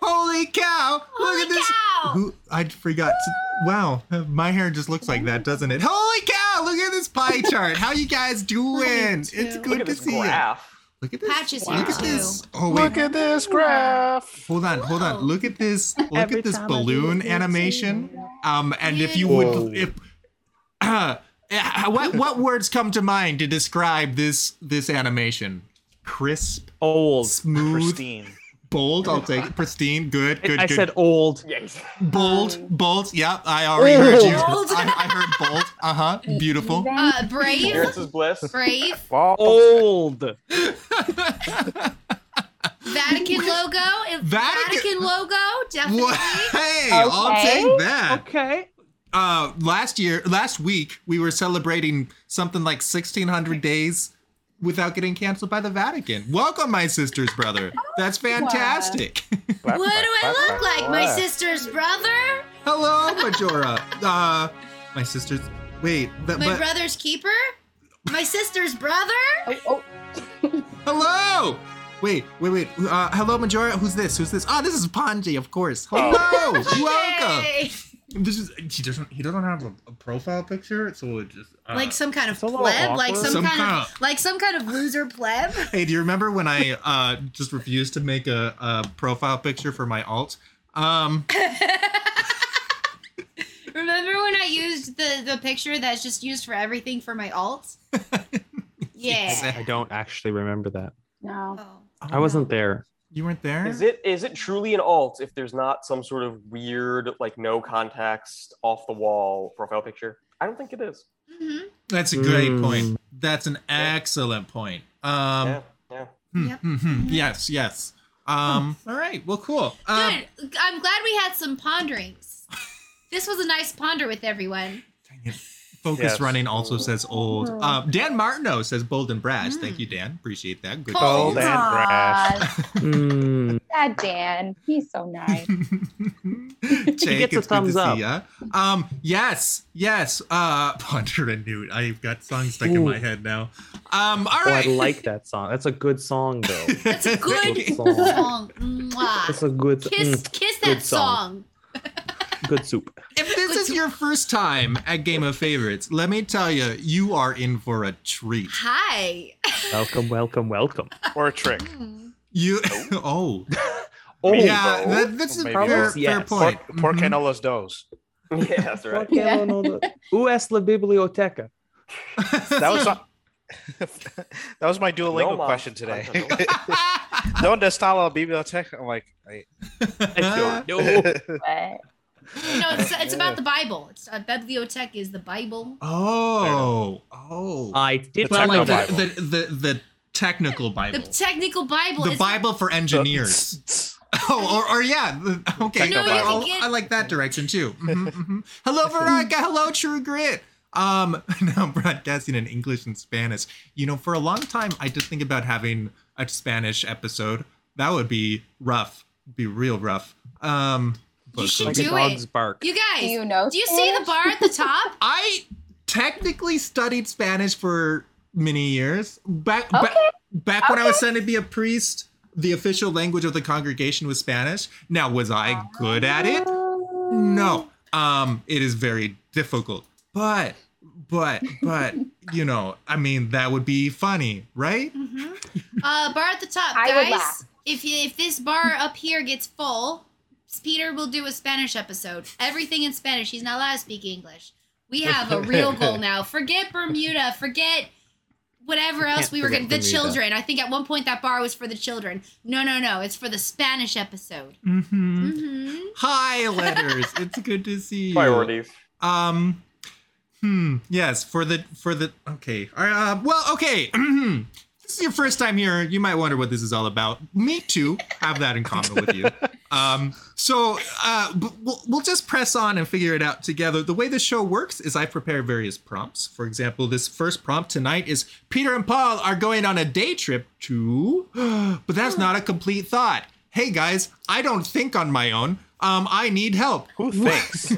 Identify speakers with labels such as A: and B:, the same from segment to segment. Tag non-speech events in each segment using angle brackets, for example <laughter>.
A: Holy cow!
B: Holy
A: Look at this.
B: cow!
A: Who I forgot. to- wow, my hair just looks like that, doesn't it? Holy cow! Look at this
B: <laughs>
A: pie chart. How you guys doing?
B: Mine too.
A: It's
B: Look
A: good
C: Look at
A: to
C: this
A: see you.
C: graph.
A: Look at this.
B: Patch is
A: Look
B: here
A: at
B: too.
A: this. Oh wait,
D: Look at this graph.
A: hold on, hold on.
B: Wow.
A: Look at this. Look
E: Every
A: at this
E: time I do
A: balloon
E: it, you
A: animation.
E: see it.
A: Um, and if you
D: Whoa.
A: would, if <clears throat> uh, what what words come to mind to describe this this animation? Crisp,
F: Old.
A: smooth,
C: Pristine.
A: bold. I'll take pristine. Good, good,
F: I
A: good.
F: said old.
C: Yes.
A: Bold, bold. Yep, I already heard you.
B: Bold.
A: I, I heard bold. Uh huh. Beautiful.
B: Uh, brave,
C: Ignorance is bliss.
A: <laughs>
B: brave,
D: Wow.
F: Old.
B: Vatican logo, Vatican,
A: <laughs>
B: logo, definitely.
A: What? Hey, I'll
E: Okay.
A: take that.
F: Okay.
A: Uh, last year, last week, we were celebrating something like 1,600 days without getting canceled by the Vatican. Welcome, my sisters,
E: Oh,
A: brother. That's fantastic. <laughs>
B: What
D: Clap, clap,
B: do I
D: clap,
B: look
D: clap,
B: like? My
D: clap.
B: sister's brother,
A: Hello, Majora. Uh, my sisters. Wait, but,
B: my
A: but
B: brother's keeper, my sister's brother.
E: Oh, oh.
A: hello. Wait, wait, wait. Uh, hello, Majora. Who's this? Who's this? Oh, this is Panji, of course.
C: Oh,
A: Hello, welcome.
B: Yay!
A: This is he doesn't he doesn't have a, a profile picture, so it just uh, <laughs>
B: Like some kind of
F: It's a little
B: pleb, like
F: awkward.
B: some,
A: Some
B: kind
A: kind
B: of like some kind of loser pleb. <laughs>
A: Hey, do you remember when I uh just refused to make a, a profile picture for my alt? Um,
B: Remember when I used the the picture that's just used for everything for
A: <laughs>
B: my alt? yeah.
A: Exactly.
F: I don't actually remember that.
E: No.
B: Oh.
F: I wasn't there.
A: You weren't there.
C: Is it is it truly an alt if there's not some sort of weird like no context off the wall profile picture? I don't think it is.
B: Mhm.
A: That's a great
F: Mm.
A: point. That's an excellent point. Um,
C: yeah, yeah. <laughs>
A: hmm,
B: Yep. Hmm.
A: hmm, hmm. yes, yes. Um, all right. Well, cool. Um,
B: Good. I'm glad we had some ponderings. This was a nice ponder with everyone.
A: dang it. Focus
C: Yes.
A: running also says old.
B: Hmm.
E: Oh.
A: Uh, Dan Martineau says bold and brash.
B: Mm.
A: Thank you, Dan. Appreciate that. Good.
B: Bold
A: to
D: and brash.
F: Mm.
E: Dad Dan, he's
A: <laughs>
E: so nice.
A: Jake,
F: gets a
A: it's
F: thumbs
A: good to
F: up.
A: see ya. Um, yes, yes. Uh, <laughs> Ponder and Newt. I've got songs stuck in
F: Ooh.
A: my head now. Um,
F: <laughs>
A: all
F: Oh, I
A: right.
F: like that song. That's a good song, though.
B: That's a good
F: Good song.
B: song.
F: That's
B: Mwah.
F: a good,
B: Kiss,
F: mm,
B: kiss
F: good
B: that
F: song.
B: song.
F: good soup.
A: if this is your first time at Game of Favorites, let me tell you, you are in for a treat.
B: Hi.
F: Welcome, welcome, welcome.
D: Or a trick.
A: You. <laughs> Oh.
F: Oh,
A: yeah.
D: though.
A: That, that's a
D: Maybe.
A: fair,
F: Yes.
A: fair
D: Por,
A: point.
D: por que
A: Mhm.
D: no los dos?
C: Yeah, that's
A: <laughs>
C: right.
E: Yeah.
B: <laughs>
F: US La Biblioteca. <laughs>
A: Mm-hmm.
D: That
A: <laughs>
D: was <laughs> that was my Duolingo
C: No mas. <laughs>
D: question today.
C: I
A: <laughs>
C: don't
D: Donde está la biblioteca? I'm like, I-
F: I don't know.
E: But
B: No, it's, it's about the Bible. It's uh, bibliotech is the Bible.
A: oh. Oh.
F: I did
D: The
A: Well, like
D: techno
A: the, the, the, the technical Bible.
B: The technical Bible.
A: the
B: is-
A: Bible for engineers. Oh, or, or yeah, the- okay.
D: Techno
A: I'll-
D: Bible.
A: I'll- I like that direction too. Mhm, mhm. Hello, Veronica. Hello, True Grit. Um, <laughs> now I'm broadcasting in English and Spanish. You know, for a long time, I did think about having a Spanish episode. That would be rough. Be real rough. Um, but-
B: should
F: Like
B: Do
F: a
B: it.
F: dog's bark.
B: You guys,
E: do you know?
B: do you see the
E: Spanish?
B: bar at the top?
A: I technically studied Spanish for many years. Back ba-
E: Okay.
A: back when I was sent to be a priest, the official language of the congregation was Spanish. Now, was I good at it? No. Um, it is very difficult. But but but you know, I mean that would be funny, right?
B: hmm Uh, bar at the top,
E: I would
B: guys.
E: laugh.
B: If you, if this bar up here gets full, Peter will do a Spanish episode. Everything in Spanish. He's not allowed to speak English. We have a real goal now. Forget Bermuda. Forget whatever else
F: can't
B: we were
F: forget
B: going to the
F: Bermuda.
B: children. I think at one point that bar was for the children. No, no, no. It's for the Spanish episode.
A: Mm-hmm.
B: hmm
A: Hi letters. it's good to see you.
C: Priorities.
A: Um Hmm. Yes, for the for the okay. Uh, well, okay. <clears throat> this is your first time here. You might wonder what this is all about. Me too. Have that in common with you. Um, so uh, b- we'll, we'll just press on and figure it out together. The way the show works is I prepare various prompts. For example, this first prompt tonight is Peter and Paul are going on a day trip to, <gasps> but that's not a complete thought. Hey guys, I don't think on my own. Um, I need help.
D: who thinks?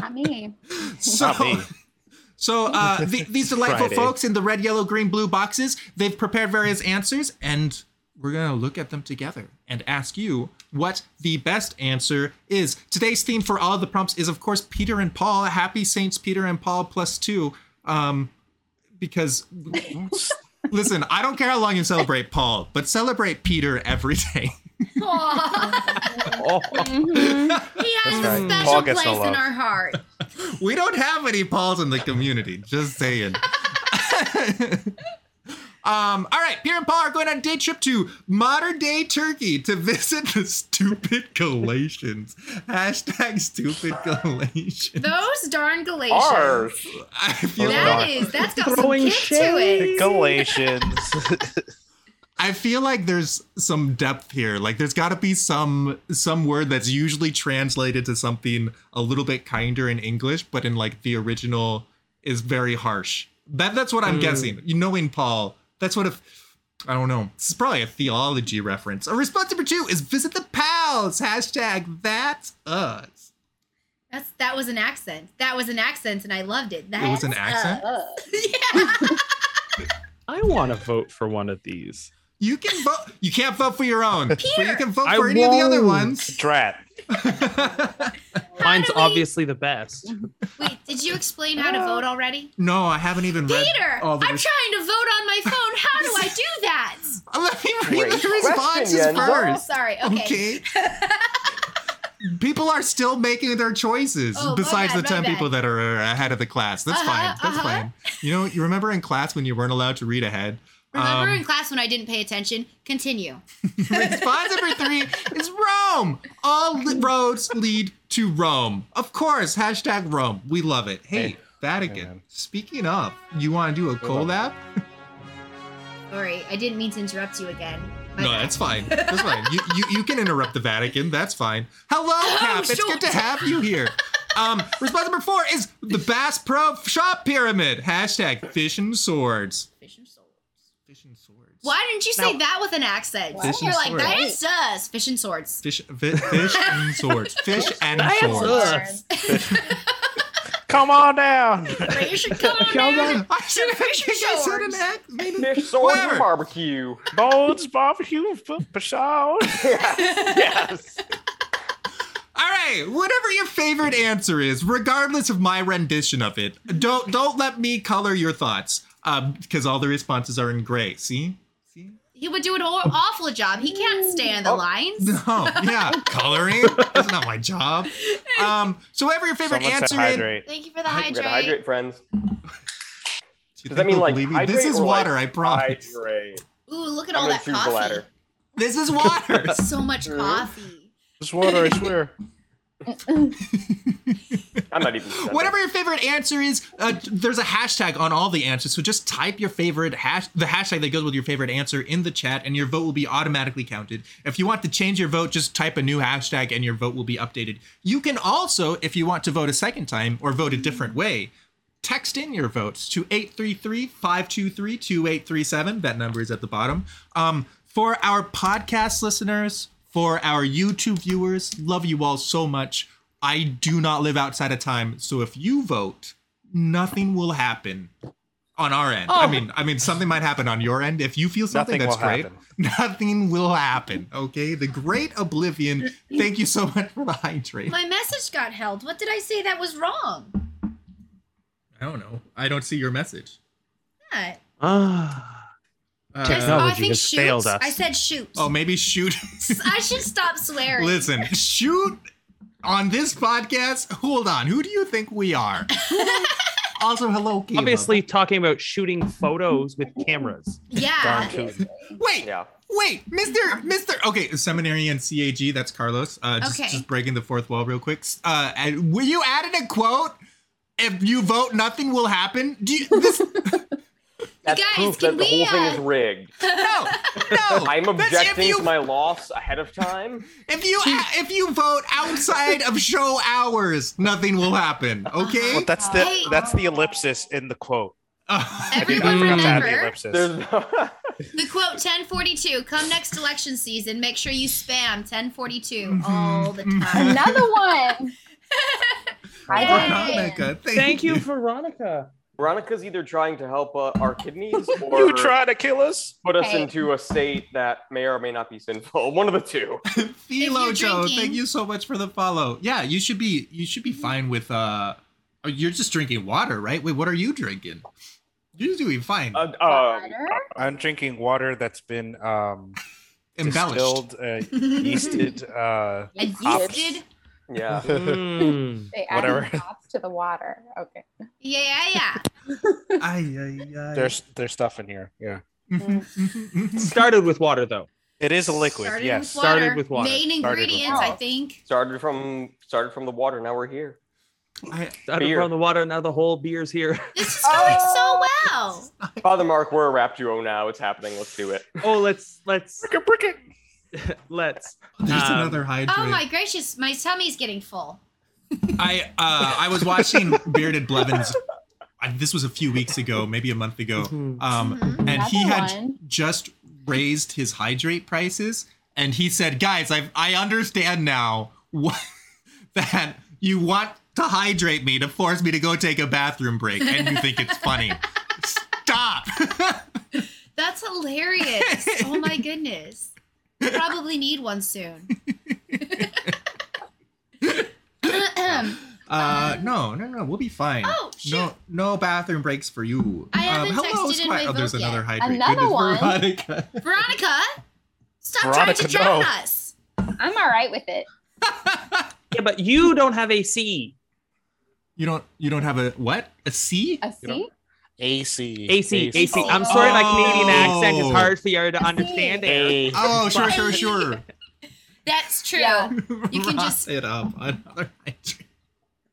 E: Not me.
A: So,
D: Not me.
A: so uh, the, these delightful
F: Friday.
A: folks in the red, yellow, green, blue boxes, they've prepared various answers, and we're going to look at them together and ask you what the best answer is. Today's theme for all the prompts is, of course, Peter and Paul. Happy Saints Peter and Paul plus two. Um, because <laughs> listen, I don't care how long you celebrate Paul, but celebrate Peter every <laughs> day.
B: Aw.
E: <laughs>
F: Oh,
E: Mhm.
B: Mm-hmm. he has
D: That's
B: a
D: right.
B: special
D: Paul gets
B: place
D: no
B: in
D: love.
B: our heart.
A: We don't have any Pauls in the community. Just saying. <laughs> um, all right, Pierre and Paul are going on a day trip to modern day Turkey to visit the stupid Galatians. Hashtag stupid Galatians.
B: Those darn Galatians.
C: Ours.
A: I feel
B: That
A: like,
D: Darn.
B: is. That's got
F: Throwing
B: some kick to
D: The
B: it.
D: Galatians. <laughs>
A: I feel like there's some depth here. Like there's got to be some some word that's usually translated to something a little bit kinder in English, but in like the original is very harsh. That that's what I'm
F: Mm.
A: guessing. You knowing Paul, that's what if I don't know. This is probably a theology reference. A response number two is visit the pals. Hashtag that's us.
B: That's that was an accent. That was an accent, and I loved it. That
A: It was an accent?
E: Uh,
B: <laughs> yeah.
F: I want to vote for one of these.
A: You can vote. You can't vote for your own, but you
B: Peter.
A: can vote
F: I
A: for any of the other
F: won't.
A: ones. <laughs>
D: Drat.
F: Mine's
B: do we-
F: obviously the
B: <laughs>
F: best.
B: Wait, did you explain how to
E: Oh.
B: vote already?
A: no, I haven't even read
B: Peter,
A: all
B: I'm
A: the
B: trying to vote on my phone. How do I do that?
A: Let me read
C: Great
A: the
C: question,
A: responses
C: Yenza.
B: Oh,
A: first.
B: sorry. Okay.
A: Okay. people are still making their choices
B: Oh, my
A: besides
B: bad,
A: the
B: my
A: 10
B: bad.
A: people that are ahead of the class. That's
B: Uh-huh,
A: fine. That's
B: uh-huh.
A: fine. You know, you remember in class when you weren't allowed to read ahead? Um,
B: Remember
A: <laughs>
B: in class when I didn't pay attention? Continue.
A: Response number three is Rome. All li- roads lead to Rome. Of course, hashtag Rome. We love it. Hey,
D: Hey.
A: Vatican.
D: Hey, man.
A: Speaking of, you want to do a
D: Hold on.
A: collab?
B: Sorry, I didn't mean to interrupt you again. My
A: No,
B: bad.
A: that's fine. That's fine. You, you you can interrupt the Vatican. That's fine.
B: <laughs>
A: Hello, Cap. it's
B: sure.
A: good to have you here. Um, response number four is the Bass Pro Shop Pyramid. Hashtag fish and swords.
B: Fish and swords.
A: Fish and swords.
B: Why didn't you say
F: Now-
B: that with an accent?
E: Fish
B: You're
A: and
B: like, that
E: swords.
B: is us. Fish
A: <laughs>
B: and swords.
A: Fish, fi- fish and swords.
C: <laughs>
A: Fish and
F: That's
A: swords.
F: us.
D: Come on down. <laughs>
B: Right, you should come on
F: Come
B: down.
A: I should have
B: Fish and
A: said an
B: swords.
A: act. made it-
C: Fish sword
A: Whatever.
C: and barbecue.
D: Bones, barbecue, pashao. Yes.
A: All right, whatever your favorite answer is, regardless of my rendition of it, don't don't let me color your thoughts. Um, because all the responses are in gray. See? See?
B: He would do an aw- awful job. He can't stay in the
C: Oh.
B: lines.
A: No, yeah, coloring. That's not my job. Um, so whatever your <laughs> favorite
D: Someone said
A: answer is,
D: hydrate.
B: Thank you for the
A: I-
C: We
B: hydrate.
C: gotta hydrate, friends.
A: Do you
C: Does that
A: think
C: mean
A: they'll
C: like
A: believe me?
C: hydrate
A: this is
C: or, like,
A: water? I promise.
C: Hydrate.
B: Ooh, look at
C: I'm
B: all
C: gonna
B: that
C: choose
B: coffee.
C: the latter.
A: This is
C: <laughs>
A: water.
B: So much
C: Mhm.
B: coffee.
D: This water,
A: <laughs>
D: I swear.
C: I'm not even. sure.
A: Whatever your favorite answer is, uh, there's a hashtag on all the answers. So just type your favorite hash, the hashtag that goes with your favorite answer in the chat, and your vote will be automatically counted. If you want to change your vote, just type a new hashtag, and your vote will be updated. You can also, if you want to vote a second time or vote a different way, text in your votes to 833-523-2837 that number is at the bottom um, for our podcast listeners for our youtube viewers love you all so much i do not live outside of time so if you vote nothing will happen on our end i
F: Oh.
A: mean i mean something might happen on your end if you feel something
D: Nothing will
A: that's great <laughs>
D: happen.
A: nothing will happen okay the great oblivion thank you so much for the hydrate
B: My message got held. What did I say that was wrong?
A: i don't know i don't see your message
B: What?
F: Ah,
A: Uh,
B: oh, I
F: Technology
B: think
F: has
B: shoots.
F: failed us.
B: I said shoot.
A: Oh, maybe shoot.
B: I should stop swearing.
A: Listen, shoot on this podcast. Hold on. Who do you think we are? also, hello, Caleb.
F: obviously talking about shooting photos with cameras.
B: Yeah.
D: Darn tootin'.
A: Wait,
C: Yeah.
A: wait, Mister, Mister. Okay, seminary and CAG. That's Carlos. Uh, just,
B: Okay.
A: just breaking the fourth wall real quick. Uh, and will you added a quote? If you vote, nothing will happen. Do you, this,
C: That's
B: Guys,
C: proof
B: can
C: that the
B: we,
C: whole
B: uh,
C: thing is rigged.
A: no, no.
C: I'm
A: That's if
C: objecting
A: you
C: to my loss ahead of time.
A: If you if you vote outside of show hours, nothing will happen. Okay.
D: Well, that's the
B: Hey.
D: that's the ellipsis in the quote.
A: Uh, <laughs>
D: I did not
B: Everyone
D: forgot to add the
B: remember-
C: There's
D: ellipsis.
C: no. <laughs>
B: The quote 1042. Come next election season, make sure you spam 1042 all the time.
A: <laughs>
E: Another one. I
B: Yay.
E: don't
A: Veronica, <laughs> thank,
F: Thank you, Veronica.
C: Veronica's either trying to help uh,
A: <laughs>
C: our kidneys or
D: You trying to kill us?
C: put us
E: Hey.
C: into a state that may or may not be sinful. <laughs> One of
A: <laughs>
C: the two.
B: you're
A: Philo Joe,
B: drinking- Mm-hmm.
A: thank you so much for the follow. Yeah, you should be you should be fine with uh oh, you're just drinking water, right? Wait, what are you drinking? You're doing fine.
C: Uh, um,
E: Water?
D: I'm drinking water that's been um
A: Embellished.
D: distilled, uh, yeasted, uh,
B: A
D: Hops.
B: yeasted.
C: yeah.
F: Mm.
E: They added
D: Whatever.
E: hops to the water. Okay.
B: Yeah, yeah, yeah.
A: <laughs> Ay, ay, ay.
D: <laughs> there's there's stuff in here. Yeah,
A: Mhm, mhm, mhm.
F: Started with water though.
D: it is a liquid.
B: Started
D: yes,
B: with water.
F: Started with water.
B: Main
D: Started with
B: ingredients,
E: water.
B: I think.
C: Started from started from the water. Now we're here.
A: I-
F: Started
C: Beer.
F: from the water. Now the whole beer's
A: <laughs>
F: here.
B: This is going so well.
C: Father Mark, we're a rap duo now. It's happening. Let's do it.
F: Oh, let's let's
D: Brick it, brick it.
F: let's.
A: there's
F: Um,
A: another hydrate.
B: Oh my gracious, my tummy's getting full.
A: I uh, I was watching Bearded Blevins. I, this was a few weeks ago, maybe a month ago.
F: Mhm.
A: Um,
B: Mhm.
A: and he
E: Another
A: had
E: one.
A: just raised his hydrate prices, and he said, "Guys, I I understand now what, <laughs> that you want to hydrate me to force me to go take a bathroom break, and you think it's funny." Stop. <laughs>
B: That's hilarious. oh my goodness. Probably need one soon. <clears throat> oh,
A: Uh, no, no, no. We'll be fine.
B: Oh, shoot.
A: No, no bathroom breaks for you.
B: I haven't
A: hello,
B: texted in
A: Squat-
B: my
A: Oh, there's
B: vote
A: another
B: yet.
A: hydrate.
E: Another
A: Goodness,
E: one.
A: Veronica. <laughs>
B: Veronica, stop trying to
D: Veronica,
B: drown
D: no.
B: us.
E: I'm all right with it. Uh,
F: Yeah, but you don't have AC.
A: You don't. You don't have a what? A C?
E: A C?
D: AC.
F: AC, AC. I'm sorry, my Canadian accent is hard for you to understand. It.
D: A.
A: Oh, sure, sure, sure.
B: That's true.
E: Yeah.
B: <laughs> You can just-
A: Rock it up another hydrate.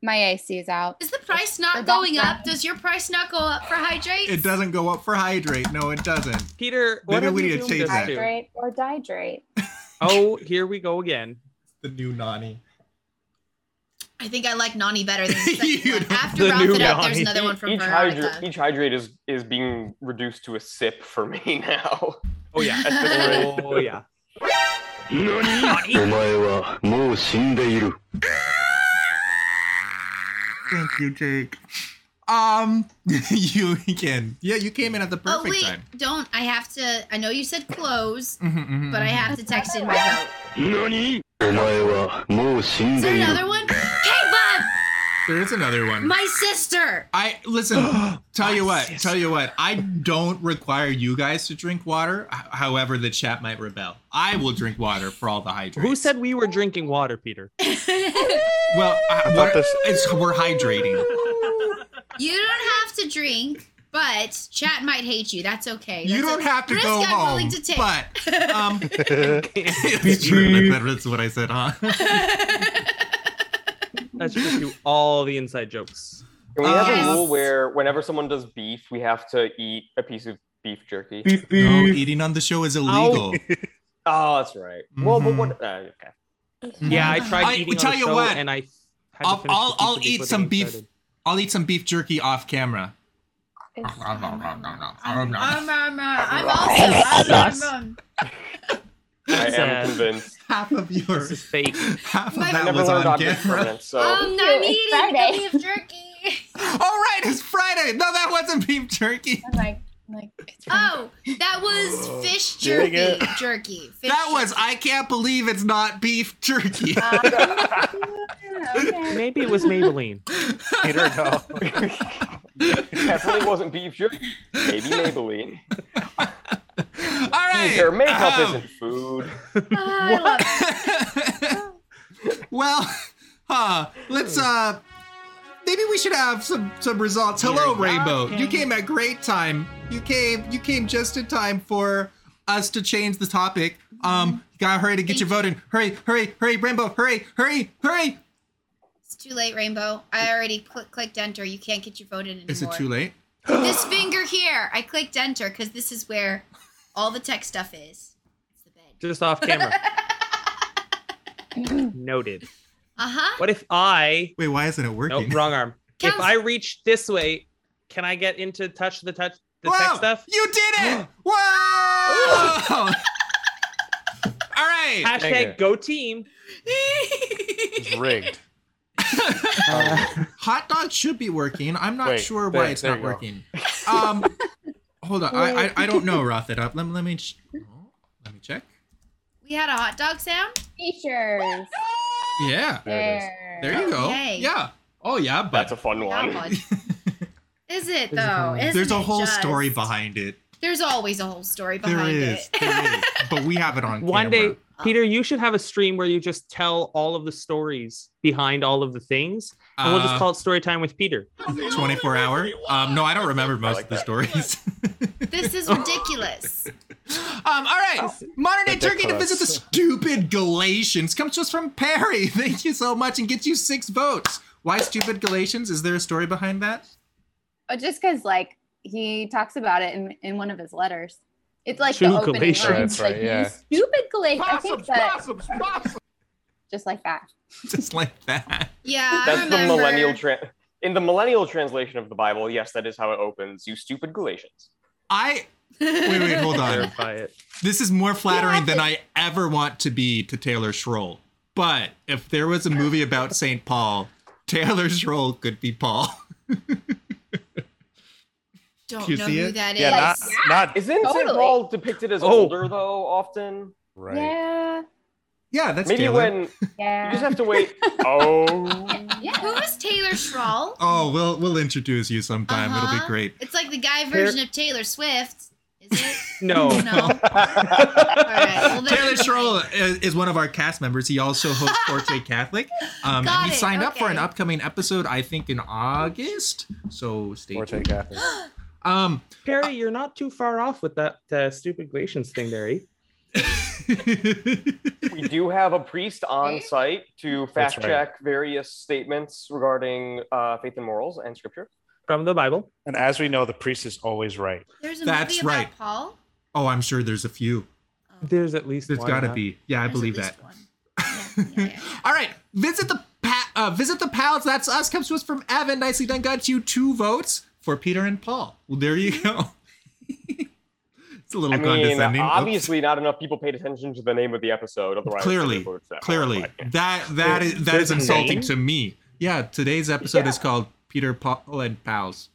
E: My AC is out.
B: Is the price
E: Or
B: not
E: that's
B: going
E: right.
B: up? Does your price not go up for hydrate?
A: It doesn't go up for hydrate. No, it doesn't.
F: Peter, what
A: Maybe
F: have
A: we
F: you
A: need to
F: doomed
A: change
F: us
A: that.
F: to?
E: Hydrate or dihydrate.
F: Oh, here we go again.
A: The new nanny.
B: I think I like Nani better than the second
A: You
B: one.
A: don't-
B: After
F: The
B: Rough
F: new
B: It Up, there's
F: Nani.
B: another one from
C: Each
B: Veronica.
C: hydrate, each hydrate is is being reduced to a sip for me <laughs> now.
F: Oh
A: <laughs>
F: yeah.
C: At this rate.
F: Oh yeah.
G: お前はもう死んでいる。
A: Thank you, Jake. Um, <laughs> you again? Yeah, you came in at the
B: <laughs> oh
A: perfect
B: wait,
A: time.
B: don't. I have to. I know you said close,
A: Mhm, mhm,
B: but I
A: mhm.
B: have to text in my
C: Mm.
B: vote.
G: 何お前はもう死ん
B: Is there
G: でいる。
B: another one? Caleb,
A: There is another one.
B: my sister.
A: I listen. tell you what. Tell you what. I don't require you guys to drink water. h- However, the chat might rebel. I will drink water for all the hydrates.
F: Who said we were drinking water, Peter?
A: Well, I,
D: I
A: what,
D: thought this-
A: it's, we're hydrating.
B: <laughs> you don't have to drink, but chat might hate you. That's okay.
A: You
B: That's
A: don't
B: a
A: have to
B: risk
A: go
B: I'm
A: home,
B: willing to take.
A: but
B: <laughs>
A: um, <laughs> it's true. That- That's what I said, huh? <laughs>
F: That should just do all the inside jokes.
C: Can we have
A: Yes.
C: a rule where whenever someone does beef, we have to eat a piece of beef jerky?
A: no, eating on the show is illegal.
C: Oh, that's right. Well, but
A: Mhm.
C: what? Uh, okay.
F: Yeah, I tried
A: I-
F: eating
A: tell
F: on the
A: you
F: show
A: what,
F: and I had
A: I'll-
F: to finish the
A: I'll-
F: pizza
A: I'll
F: before
A: eat
F: the
A: some
F: game
A: beef.
F: started.
A: I'll eat some beef jerky off camera.
E: It's-
H: um,
B: I'm, I'm, uh, I'm also. I'm,
F: Sus.
B: um,
C: I
F: Sad.
C: am convinced.
A: <laughs> Half of
F: This is
A: yours,
F: fake.
A: <laughs> half of
B: My-
C: I
A: that
C: never
A: was
C: learned
A: on
C: object
A: camera.
C: permanence, so
B: I'm not
E: It's
B: eating
E: Friday.
B: beef <laughs> jerky.
A: <laughs> All right, it's Friday. No, that wasn't beef jerky.
E: I'm like, I'm like it's <laughs>
B: Oh, that
A: Oh,
B: was fish
D: Dang
B: jerky. Jerky. Fish
A: That was.
B: jerky.
A: I can't believe it's not beef <laughs> jerky.
B: <laughs>
E: okay.
F: Maybe it was Maybelline. <laughs>
D: <laughs> Peter, no. <laughs>
C: it definitely wasn't beef jerky. Maybe Maybelline.
A: All
C: Either
A: right.
C: makeup
A: um,
C: isn't food.
B: Ah, I love it.
A: <laughs> well, huh, let's uh maybe we should have some some results. Hello, Rainbow. You came at great time. You came you came just in time for us to change the topic. Um you gotta hurry to get
B: Thank
A: your vote in. Hurry, hurry, hurry, Rainbow, hurry, hurry, hurry.
B: It's too late, Rainbow. I already cl- clicked enter. You can't get your vote in anymore.
A: Is it too late?
B: This finger here. I clicked enter because this is where all the tech stuff is. It's the bed.
F: Just off camera. Noted.
B: Uh huh.
F: What if I
A: Wait, why isn't it
F: nope,
A: working?
F: wrong arm. If
B: Counts-
F: I reach this way, can I get into touch the touch the
A: Whoa,
F: tech stuff?
A: You
F: <gasps>
A: did it! Whoa! <laughs> All right.
F: Hashtag
D: Dang it.
F: go team.
D: It's rigged.
A: Oh, Hot dog should be working. I'm not
D: Wait,
A: sure
D: there-
A: why it's
D: there
A: not
D: you go.
A: working. Um, <laughs> hold on. I, I I don't know. Roth it up. Let, me- let me ch- oh, let me check.
B: We had a hot dog sound.
E: Features.
A: Yeah.
D: There it is.
A: There you go.
B: Yay.
A: Yeah. Oh yeah, but
C: That's a fun
B: Not
C: one.
B: much.
A: <laughs>
B: Is it though? Isn't
A: there's a
B: it
A: whole
B: just?
A: story behind it.
B: There's always a whole story
A: There
B: behind
A: is.
B: it.
A: There
B: <laughs>
A: is. But we have it on
F: <laughs> One
A: camera.
F: day, Peter, you should have a stream where you just tell all of the stories behind all of the things, and we'll just
A: Uh,
F: call it story time with Peter.
A: 24 hour. Um, no, I don't remember most
C: like
A: of the
C: that.
A: stories.
B: <laughs> this is ridiculous.
A: Um, all right. Modern day Turkey to visit the stupid Galatians comes to us from Perry. <laughs> Thank you so much and gets you six votes. Why stupid Galatians? Is there a story behind that? <laughs>
E: Oh, just because like he talks about it in, in one of his letters. It's like
F: True
E: the opening
F: Galatians.
E: lines,
D: That's right,
E: like, you
D: yeah.
E: stupid Galatians. I think that just like that.
A: Just like that.
B: Yeah, I
C: That's the
B: remember. <laughs>
C: millennial tra- in the millennial translation of the Bible. Yes, that is how it opens. You stupid Galatians.
A: I wait, wait, hold on.
C: <laughs>
F: Clarify it.
A: This is more flattering than I ever want to be to Taylor Schroll. But if there was a movie about St. Paul, Taylor Schroll could be Paul. <laughs>
B: Don't
A: You
B: know
A: see
B: who
A: it?
B: that is.
D: Yeah, not not
C: Isn't St.
E: Totally.
C: Paul depicted as
F: Oh.
C: older though? Often,
D: right.
E: Yeah.
A: Yeah, that's
C: maybe
A: Taylor.
C: when you just
E: Yeah.
C: have to wait. oh,
E: Yeah.
B: Who is Taylor Schroll?
A: Oh, we'll we'll introduce you sometime. It'll be
B: Uh-huh.
A: great.
B: It's like the guy version of Taylor Swift. Is it?
F: No.
E: <laughs>
B: No. All right.
A: <laughs>
B: Well, then-
A: Taylor Schroll is, is one of our cast members. He also
B: <laughs>
A: hosts Forte Catholic. Um,
B: Got
A: and he
B: it,
A: signed up for an
B: okay.
A: upcoming episode, I think, in August. So stay
D: Or
A: tuned.
D: take Catherine.
A: Um, <laughs>
F: Perry, you're not too far off with that uh, stupid Galatians thing there. eh?
C: we do have a priest on site to
D: That's
C: fact
D: right.
C: check various statements regarding uh, faith and morals and scripture.
F: From the Bible.
D: And as we know, the priest is always right.
B: There's a
A: That's
B: movie about
A: right.
B: Paul.
A: oh, I'm sure there's a few.
F: There's at least
A: There's
F: one,
A: got to
F: huh?
A: be. Yeah, I believe that. <laughs>
B: Yeah, yeah, yeah.
A: All right, visit the pa- uh, visit the pals. That's us. Comes to us from Evan. Nicely done. Got you two votes for Peter and Paul. Well, there you go. <laughs> it's a little
C: I mean,
A: condescending. Oops.
C: obviously, not enough people paid attention to the name of the episode. Otherwise,
A: Clearly,
C: they would've voted for that one,
A: Clearly,
C: but, yeah.
A: that that is that
F: There's
A: is
F: a
A: insulting
F: name?
A: to me. Yeah, today's episode is called Peter Paul and Pals.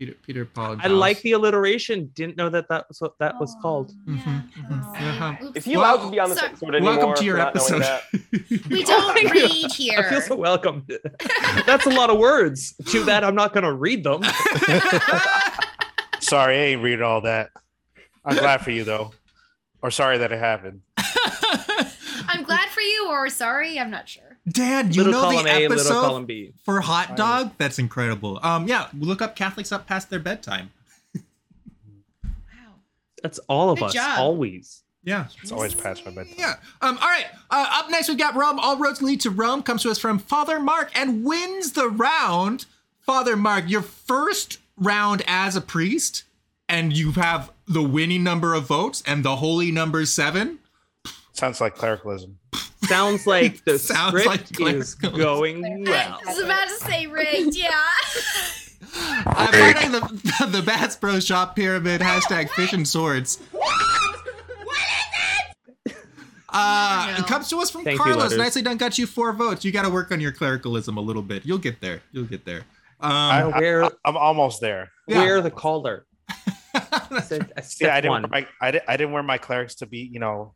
A: Peter Peter Paul and
F: I
A: Pals.
F: like the alliteration. Didn't know that that was what that was called.
B: Yeah.
A: Mhm, mhm,
B: Yeah.
A: yeah.
B: Oops.
C: Is he
A: Well,
C: allowed to be on this
B: so-
C: episode anymore?
A: Welcome to your
C: not knowing
A: episode.
B: <laughs>
C: that?
E: <laughs> Oh
B: We don't read here.
F: I feel so
B: <laughs>
F: welcome. That's a lot of words. Too bad I'm not going to read them.
D: Sorry, I ain't read all that. I'm glad for you though. Or sorry that it happened.
B: I'm glad for you, or sorry, I'm not sure.
A: <laughs> Dan, <laughs> you
F: little
A: know
F: column
A: the
F: A,
A: episode
F: little column B.
A: for hot dog. That's incredible. Um, yeah, look up Catholics up past their bedtime.
B: Wow.
F: That's all of
B: Good
F: us,
B: job.
F: always.
A: Yeah,
D: It's always past my bedtime.
A: Yeah. Um, all right. Uh, up next, we've got Rome. All roads lead to Rome. Comes to us from Father Mark and wins the round. Father Mark, your first round as a priest, and you have the winning number of votes and the holy number seven.
D: Sounds like clericalism.
F: Sounds
A: <laughs>
F: like the
A: Sounds
F: script
A: like
F: is
A: clerical.
F: going well.
B: I was about to say rigged, yeah.
E: <laughs>
A: Uh, finally, the, the Bass Pro Shop Pyramid hashtag Fish and Swords. Uh,
B: No.
A: it comes to us from
F: Thank you,
A: Carlos.
F: letters.
A: Nicely done. Got you four votes. You got to work on your clericalism a little bit. You'll get there. You'll get there. Um,
D: I-
F: Where,
D: I'm almost there.
A: Yeah.
F: where the caller? Step,
D: See, I
F: step
D: didn't,
F: one.
D: wear my, I, didn't, I didn't wear my clerics to be, you know,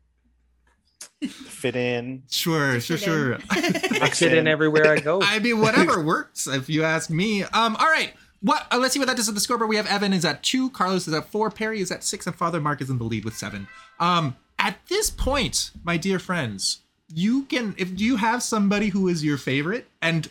D: fit in.
A: <laughs> sure, sure, sure.
F: I
D: mix
F: sit in everywhere I go.
A: <laughs> I mean, whatever works, if you ask me. Um, all right. What? Uh, let's see what that does to the scoreboard. We have Evan is at two, Carlos is at four, Perry is at six, and Father Mark is in the lead with seven. Um, at this point, my dear friends, you can if you have somebody who is your favorite, and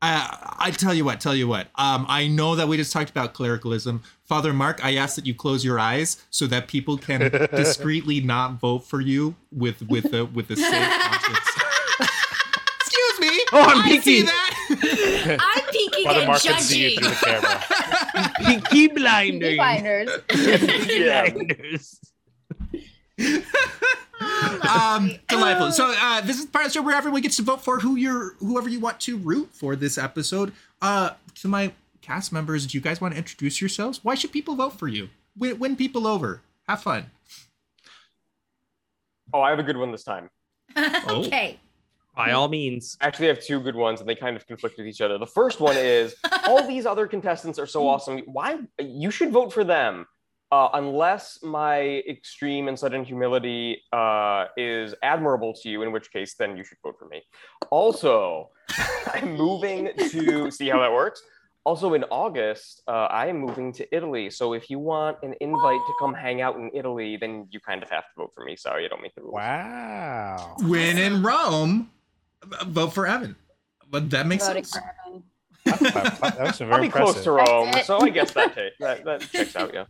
A: uh, I tell you what, tell you what. Um, I know that we just talked about clericalism, Father Mark. I ask that you close your eyes so that people can discreetly not vote for you with with a with a safe conscience. Excuse me.
F: Oh, I'm
A: I see
F: picky.
A: that.
B: I'm peeking
D: Father
B: and
D: Mark can see you
B: judging.
D: through the
A: <laughs>
D: camera.
F: <laughs> Peaky blinders.
E: Peaky Blinders.
F: Peaky
B: <laughs>
D: <laughs>
C: Yeah.
F: blinders.
A: um, delightful. So uh, this is the part of the show where everyone gets to vote for who you're, whoever you want to root for this episode. Uh, to my cast members, do you guys want to introduce yourselves? Why should people vote for you? Win, win people over. Have fun.
C: Oh, I have a good one this time.
A: Oh.
B: <laughs> okay.
F: By all means.
C: Actually, I have two good ones, and they kind of conflict with each other. The first one
E: <laughs>
C: is all these other contestants are so awesome. Why you should vote for them, uh, unless my extreme and sudden humility uh, is admirable to you. In which case, then you should vote for me.
E: <laughs>
C: Also, I'm moving to see how that works. Also, in August, uh, I am moving to Italy. So if you want an invite to come hang out in Italy, then you kind of have to vote for me. Sorry, I don't make the rules.
D: Wow.
A: When in Rome, vote for Evan. But that <laughs> makes
E: Voting
A: sense.
E: for Evan.
D: That's, that was very
C: I'll be close
D: impressive.
C: to Rome,
E: That's it.
C: so I guess that, ta- that that checks out. Yeah.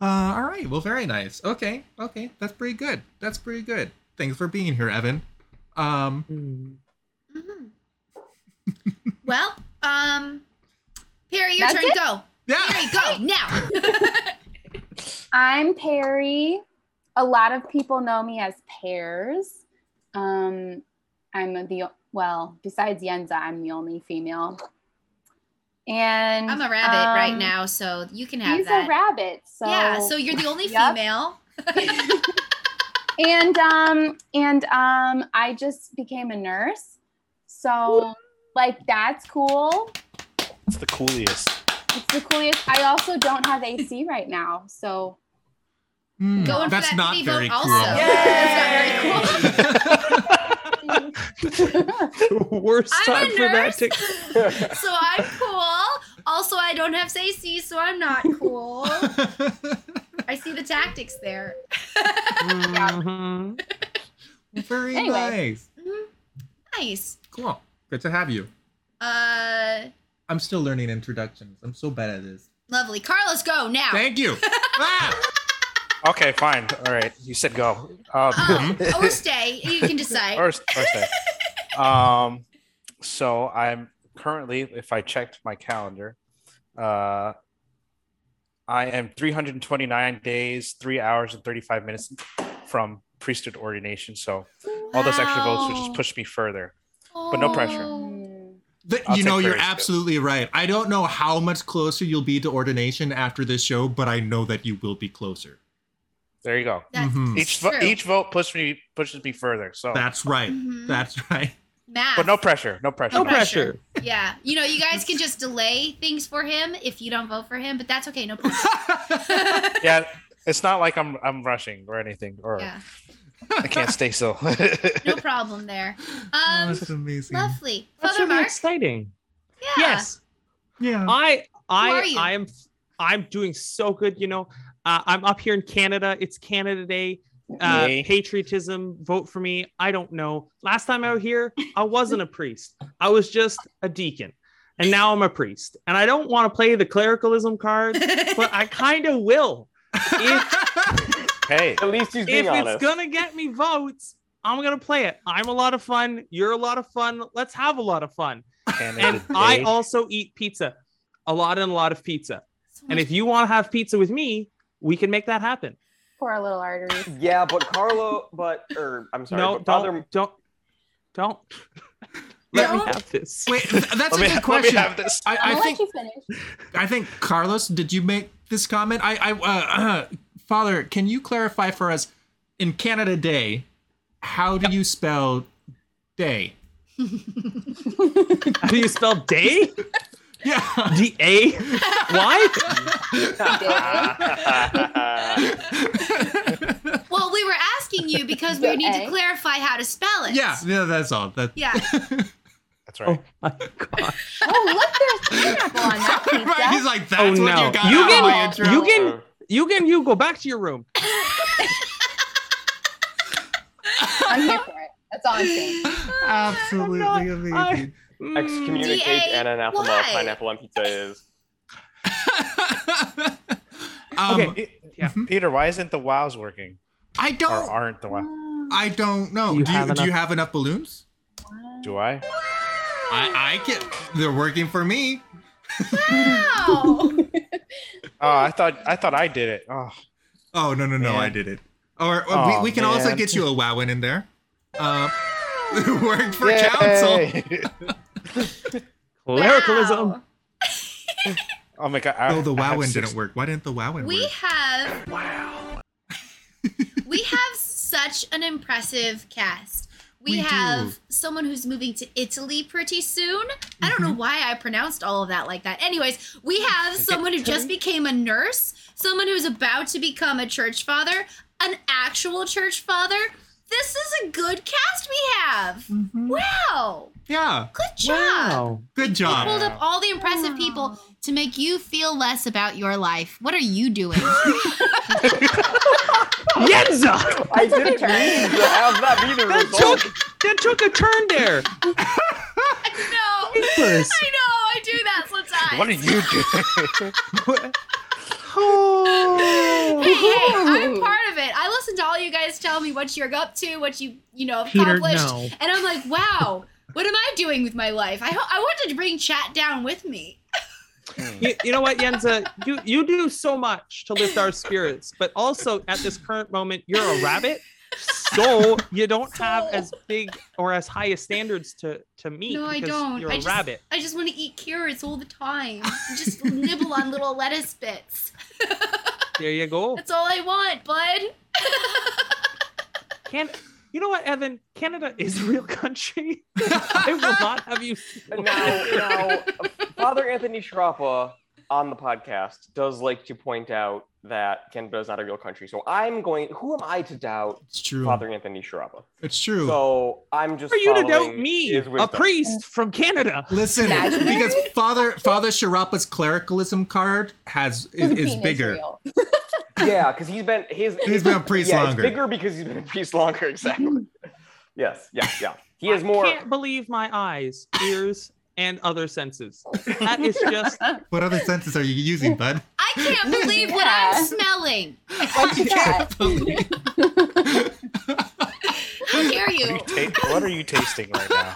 A: Uh, all right. Well, very nice. Okay. Okay. That's pretty good. That's pretty good. Thanks for being here, Evan. Um,
E: Oh.
B: Mhm. well, um, Perry, your
E: That's
B: turn.
E: it?
B: Go.
A: yeah.
B: Perry,
E: <laughs>
B: go now.
E: I'm Perry. A lot of people know me as Pears. Um, I'm the well, besides Yenza, I'm the only female. And
B: I'm a rabbit right
E: um,
B: now, so you can have
E: He's
B: that.
E: a rabbit, so
B: yeah, so you're the only
E: Yep.
B: female.
E: and um and um I just became a nurse. So like that's cool.
D: It's the coolest.
E: It's the coolest. I also don't have AC right now, so
A: Hmm,
B: Going for
A: that's
B: that
A: not
B: pity
A: very
B: vote
A: cool.
B: also. That's not very cool.
F: Worst
B: I'm
F: time
B: a
F: for that
B: nurse.
F: to <laughs>
B: <laughs> so I'm cool. Also, I don't have AC, so I'm not cool. I see the tactics there.
F: Mhm.
A: <laughs> very
E: Anyway.
A: nice.
B: Mhm. Nice.
A: Cool. Good to have you.
B: Uh,
A: I'm still learning introductions. I'm so bad at this.
B: lovely. Carlos, go now.
A: Thank
B: <laughs>
A: you. Ah!
D: Okay, fine. All right. You said go. Um,
B: Oh, or stay. You can decide.
D: <laughs> First, first day. um, so I'm currently, if I checked my calendar, uh, I am 329 days, three hours, and 35 minutes from priesthood ordination. So all those extra votes would just
B: Wow.
D: push me further. but no pressure.
B: Oh.
E: mm,
A: The-
D: I'll
A: you know,
D: take
A: you're
D: first.
A: absolutely right. I don't know how much closer you'll be to ordination after this show, but I know that you will be closer.
D: There you go.
B: That's
A: Mhm.
D: Each vo-
B: true.
D: each vote pushes me pushes me further. So,
A: That's right.
B: Mhm.
A: That's
D: <laughs>
A: right.
B: Math.
D: but no pressure, no pressure.
F: No
B: Okay.
F: pressure.
B: Yeah. You know, you guys can just delay things for him if you don't vote for him, but that's okay. No pressure.
D: <laughs> Yeah, it's not like I'm I'm rushing or anything, or
B: yeah.
D: I can't stay
A: <laughs>
D: still.
A: Uh,
B: No problem there.
A: Oh,
B: Um,
A: that's amazing.
B: lovely.
F: That's
B: Father
F: really
B: Mark.
F: exciting.
B: Yeah.
F: Yes.
A: Yeah.
F: I
B: are
F: I
B: you?
F: I am I'm doing so good, you know. Uh, I'm up here in Canada. It's Canada Day. Uh,
D: <laughs> Yay.
F: patriotism, vote for me. I don't know. Last time I was here, I wasn't a priest. I was just a deacon. And now I'm a priest. And I don't want to play the clericalism card, <laughs>
B: <laughs>
F: but I kind of will. If
D: hey,
C: At least he's being
F: if
C: honest.
F: it's gonna get me votes, I'm gonna play it. I'm a lot of fun. You're a lot of fun. Let's have a lot of fun. And
D: Canada
F: <laughs> I
D: Day.
F: also eat pizza, a lot and a lot of pizza.
B: So
F: And
B: much-
F: if you want to have pizza with me, we can make that happen.
E: <laughs> poor little arteries.
C: yeah, but Carlo, but or I'm sorry,
F: no,
C: but
F: don't,
C: Father,
F: don't, don't. <laughs> Let me
B: No.
F: have this.
A: Wait, th- that's
D: let me, <laughs>
A: a good
D: let me
A: question. <laughs>
D: have this.
A: I,
E: I'm
A: I
E: gonna
A: think
E: let you
A: <laughs>
E: finish.
A: I think Carlos, did you make this comment? I, I, uh, <clears throat> Father, can you clarify for us in Canada Day, how do you spell day?
F: <laughs> How do you spell <laughs> day?
A: Yeah, <laughs>
F: D A. <laughs> Why? Oh,
B: well, we were asking you because we need to
E: A.
B: clarify how to spell it.
A: yeah, yeah. That's all.
E: <laughs>
A: That
B: Yeah.
D: That's right.
F: Oh my god!
E: Oh look, there's pineapple on that
A: <laughs> Right, he's
E: pizza.
A: like, that's
F: oh
A: what
F: no!
A: you got.
F: You
A: out of my
F: can,
A: intro.
F: you
C: uh,
F: can, you can, you go back to your room.
E: I'm here for it. That's all I'm saying.
F: <laughs>
A: absolutely
F: I'm
A: amazing.
F: I- Mm.
C: Uh, excommunicate
B: DA,
C: and anathema
B: why?
C: pineapple on pizza is.
A: <laughs>
C: <laughs>
A: um,
F: Okay.
D: yeah. Mm-hmm. Peter, why isn't the wows working?
A: I
D: Or
A: don't.
D: aren't the wows?
A: I don't know.
F: Do you
A: do you,
F: have
A: do you have enough balloons?
D: Do I?
A: I, I can. They're working for me.
B: Wow.
D: Oh, I thought I thought I did it. Oh,
A: Oh no no no!
D: Man.
A: I did it. Or, or
D: Aw,
A: we, we can also
D: man.
A: get you a Wowin in there. Uh, <laughs> work for
D: yay.
A: council.
F: Clericalism.
B: Wow.
D: <laughs> oh my god! I,
A: Oh, the
D: I have
A: Wowin <laughs>
D: six-
A: didn't work. Why didn't the Wowin
B: We
A: work?
B: have. Wow. we have such such an impressive cast. We,
A: We do.
B: have someone who's moving to Italy pretty soon. I don't know why I pronounced all of that like that. Anyways, we have someone who just became a nurse, someone who's about to become a church father, an actual church father. This is a good cast we have. Wow.
A: Yeah.
B: Good job.
F: Wow.
A: Good
B: You
A: job.
B: pulled up all the impressive people to make you feel less about your life. What are you doing?
F: Yenza!
A: <laughs>
C: I didn't mean to have that be the
F: That
C: result.
F: took, that took a turn <laughs> there.
B: no.
F: Jeepers.
B: I know, I do that sometimes.
D: What are you doing?
F: Oh.
B: Hey, hey, I'm part of it. I listen to all you guys tell me what you're up to, what you you know
F: Peter,
B: accomplished,
F: no.
B: and I'm like, wow, what am I doing with my life? I ho- I wanted to bring chat down with me.
F: You, you know what, Yenza? You you do so much to lift our spirits, but also at this current moment, you're a rabbit, so you don't have
B: So-
F: as big or as high a standards to to meet.
B: No, I
F: because
B: don't.
F: You're
B: I
F: a
B: just-
F: rabbit.
B: I just want to eat carrots all the time, and just nibble on little lettuce bits.
F: There you go.
B: That's all I want, bud.
F: Can you know what, Evan? Canada is a real
B: <laughs>
F: country. I will not have you.
C: now, now, Father Anthony Shrappa on the podcast does like to point out that Canada is not a real country. So I'm going. Who am I to doubt
A: It's true.
C: Father Anthony Shrappa?
A: It's true.
C: So I'm just.
F: For you to doubt
C: following
F: me,
C: his
F: a
C: wisdom.
F: priest from Canada.
A: Listen,
E: That's
A: because Father Father Sharappa's clericalism card has is,
E: Philippine
A: is bigger.
E: Israel.
C: <laughs> Yeah, because he's been his.
A: He's been a priest
C: yeah,
A: longer.
C: It's bigger because he's been a priest longer.
A: <laughs>
C: Exactly. yes. Yeah. Yeah. He is more.
F: I
C: <laughs>
F: can't believe my eyes, ears, and other senses. That is just.
A: What other senses are you using, bud?
B: I can't believe what I'm
E: Yeah.
B: smelling.
E: What you got?
B: How dare
D: What are
B: you?
D: you ta- what are you tasting right now?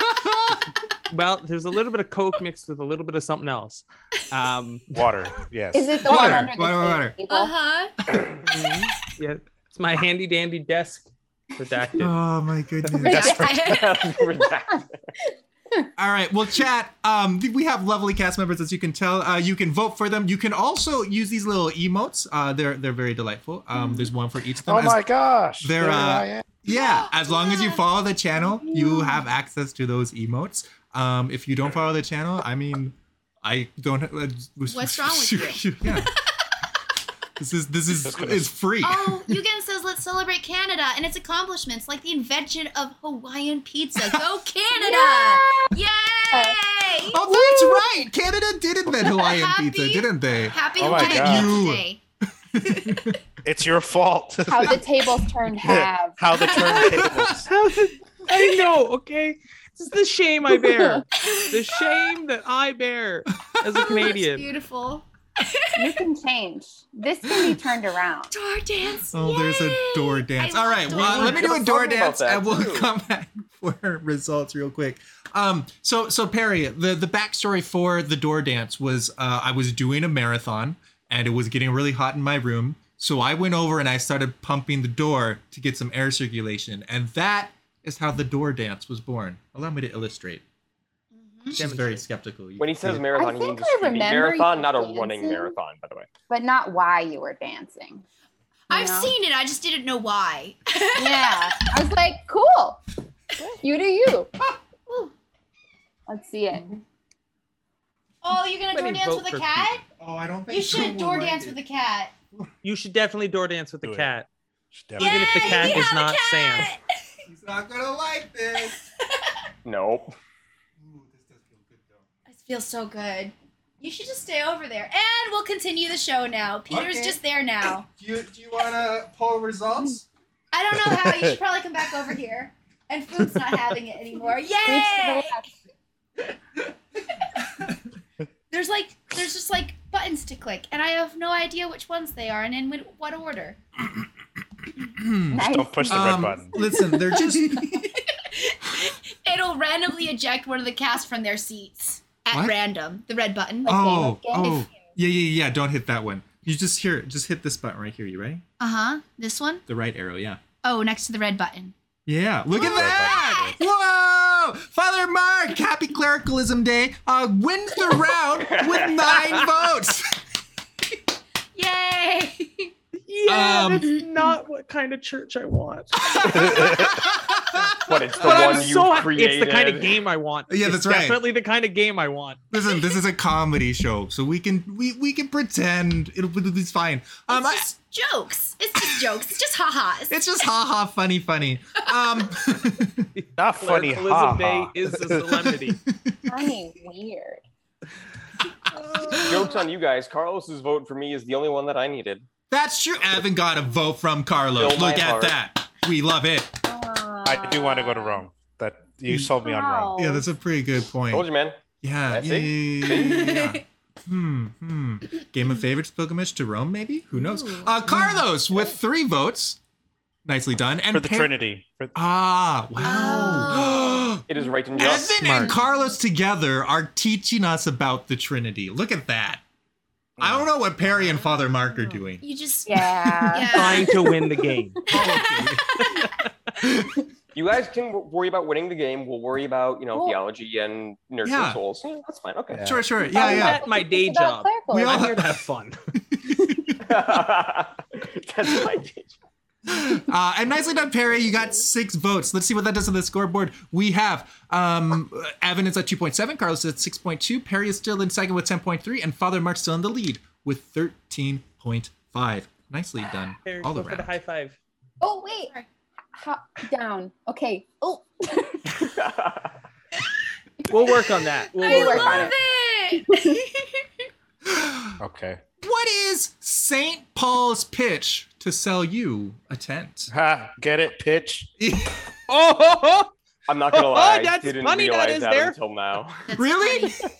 F: Well, there's a little bit of Coke mixed with a little bit of something else. Um,
D: Water. Yes.
E: Is it the
A: Water,
E: one under the
A: water,
E: sink
A: water. Uh-huh.
E: table?
B: Uh huh.
F: yeah, it's my handy dandy desk redacted.
A: <laughs> Oh my goodness.
D: That's
B: <laughs>
A: All right. Well, chat. Um, we have lovely cast members, as you can tell. Uh, you can vote for them. You can also use these little emotes. Uh, they're they're very delightful. Um, there's one for each of them.
D: oh
A: As-
D: my gosh.
A: They're,
D: there
A: uh,
D: I am.
A: Yeah, as long as you follow the channel, you have access to those emotes. Um, if you don't follow the channel, I mean, I don't. Uh, <laughs>
B: What's wrong with
A: you? Yeah. This is this is
D: Just gonna-
A: is free.
F: <laughs>
B: Oh, Yugen says let's celebrate Canada and its accomplishments, like the invention of Hawaiian pizza.
F: <laughs>
B: Go Canada! Yay!
A: Oh, that's right. Canada did invent Hawaiian
B: Happy-
A: pizza, didn't they?
B: Happy
D: Oh my
B: Hawaiian
A: God.
B: Pizza
A: You-
B: Day.
D: It's your fault.
E: <laughs> How the tables
A: <laughs>
E: turned half.
D: <laughs> How the turntables.
F: How the- <laughs> I know, okay? This is the shame I bear. The <laughs> shame that I bear as <laughs> a
B: That's
F: Canadian.
B: beautiful.
E: You can change. This can be turned around.
B: Door dance.
A: Oh, there's a
B: Yay!
A: door dance.
B: I
A: All
B: love
A: right,
B: door
A: well, let me
B: dance.
A: do a
C: Let's
A: door
C: talk about
A: dance,
C: that,
A: and we'll
C: too.
A: <laughs> come back for results real quick. Um, so so Perry, the the backstory for the door dance was uh, I was doing a marathon, and it was getting really hot in my room, so I went over and I started pumping the door to get some air circulation, and that is how the door dance was born. Allow me to illustrate. She's very
F: Demonstrate.
A: skeptical. You
C: When he
A: can see
C: says
A: it.
C: marathon,
E: I
C: he
E: think
C: means a
E: I
C: shooting
E: remember
C: marathon,
E: you
C: not a
E: dancing.
C: running marathon, by the way.
E: but not why you were dancing. you
B: I've
E: know?
B: seen it, I just didn't know why.
E: Yeah. I was like, cool. You do you. Let's see it.
B: <laughs> Oh, you're gonna
F: Let
B: door
F: me
B: dance
F: vote
B: with
F: for
B: a cat?
A: oh, I don't think
B: You should door dance with a cat.
F: You should definitely door dance with the
D: Do it.
F: cat.
D: Definitely.
F: Even if the
B: Yay,
F: cat
B: we
F: is
B: have a
F: not
B: cat!
F: Sam.
A: He's not gonna like this.
F: <laughs>
C: Nope.
A: Ooh, this does feel good though.
B: It feels so good. You should just stay over there. And we'll continue the show now. Peter's
A: Okay.
B: just there now.
A: Do you, do you want to poll results?
B: I don't know how.
A: <laughs>
B: You should probably come back over here. And food's not having it anymore. <laughs>
E: Reach
B: Yay!
E: the left.
B: There's like, there's just like buttons to click, and I have no idea which ones they are and in wh- what order.
E: Nice.
D: Hmm, Don't push the red button.
A: Um, Listen, they're just
C: <laughs>
B: It'll randomly eject one of the cast from their seats at
A: What?
B: random. The red button.
E: Okay,
A: oh
E: let's get
A: oh
E: it.
A: yeah yeah yeah. Don't hit that one. You just here, just hit this button right here. You ready?
B: Uh huh. This one.
A: The right arrow. Yeah.
B: Oh, next to the red button.
A: Yeah. Look at
B: Look
A: that! Whoa, Father Mark, Happy Clericalism Day uh, wins the round with nine votes.
B: Yay!
F: Yeah,
A: Um,
F: that's not what kind of church I want.
C: But it's the
F: but
C: one
F: I'm
C: you
F: so happy.
C: created.
F: It's the kind of game I want.
A: Yeah,
F: It's
A: that's right.
F: Definitely the kind of game I want.
A: Listen, this is a comedy show, so we can we we can pretend it'll, it'll be fine. Um,
B: it's
A: I-
B: just <laughs> jokes. It's just jokes. It's just ha-has.
A: it's just haha, funny, funny. Um, <laughs>
D: Not funny.
F: Clericalism
D: Ha
F: Day
D: ha.
F: is a solemnity.
D: <laughs>
E: Funny, weird.
C: Jokes on you guys. Carlos's vote for me is the only one that I needed.
A: that's true. Evan got a vote from Carlos.
C: Fill my
A: Look at
C: heart.
A: that. We love it.
D: I do want to go to Rome. That you sold me on Rome.
E: Oh.
A: Yeah, that's a pretty good point.
C: Told you, man.
A: Yeah,
C: That's
A: yeah,
C: it.
A: yeah, yeah,
B: <laughs>
A: yeah, yeah. Hmm, hmm. Game of favorites pilgrimage to Rome, maybe? Who knows?
B: Ooh.
A: Uh, Carlos with three votes. Nicely done. And
D: For the
A: Pe-
D: Trinity. For
A: Ah, <gasps>
B: Oh.
A: wow.
C: It is right and
A: Evan
C: just.
A: and Carlos together are teaching us about the Trinity. Look at that. I don't know what Perry and Father Mark are doing.
B: You just
E: Yeah.
B: yeah.
F: Trying to win the <laughs> game.
C: You guys can w- worry about winning the game. We'll worry about you know
E: Well-
C: theology and nurturing
A: Yeah.
C: souls. Yeah, that's fine. Okay.
A: <laughs> Sure, sure.
B: Oh,
A: Yeah, yeah.
F: at my day
E: It's
F: job.
E: about clerical.
A: We all-
F: I'm here to have fun.
C: <laughs>
F: <laughs>
C: that's my teacher.
A: <laughs> Uh, and nicely done, Perry. You got six votes. Let's see what that does to the scoreboard. We have um, Evan is at 2.7, Carlos is at 6.2, Perry is still in second with 10.3, and Father Mark's still in the lead with 13.5. Nicely done.
F: Here,
A: All
F: go for the
A: around.
F: high five.
E: Oh wait. How, down. Okay. Oh.
F: We'll work on that. We'll
B: I
F: work on
B: love
F: that.
B: it. <laughs>
D: Okay.
A: <gasps> What is St. Paul's pitch to sell you a tent?
D: Ha, get it, pitch.
F: Oh, ho, ho.
C: <laughs> I'm not gonna
F: Oh,
C: lie. I
F: that's
C: didn't
F: funny that
C: realize
F: is
C: that
F: there.
C: until now.
B: That's
A: Really?
B: funny.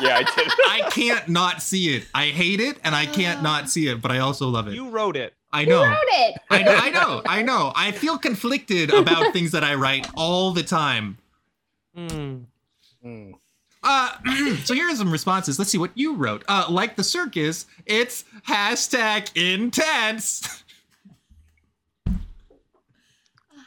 C: Yeah, I did.
A: I can't not see it. I hate it, and I can't not see it, but I also love it.
F: you wrote it.
A: I
E: You
A: know.
E: wrote it.
A: I know, I know,
E: <laughs>
A: I know. I feel conflicted about things that I write all the time.
F: Mm.
D: Mm.
A: Uh, <clears throat> so here are some responses. Let's see what you wrote. Uh, like the circus, it's hashtag intense. <laughs>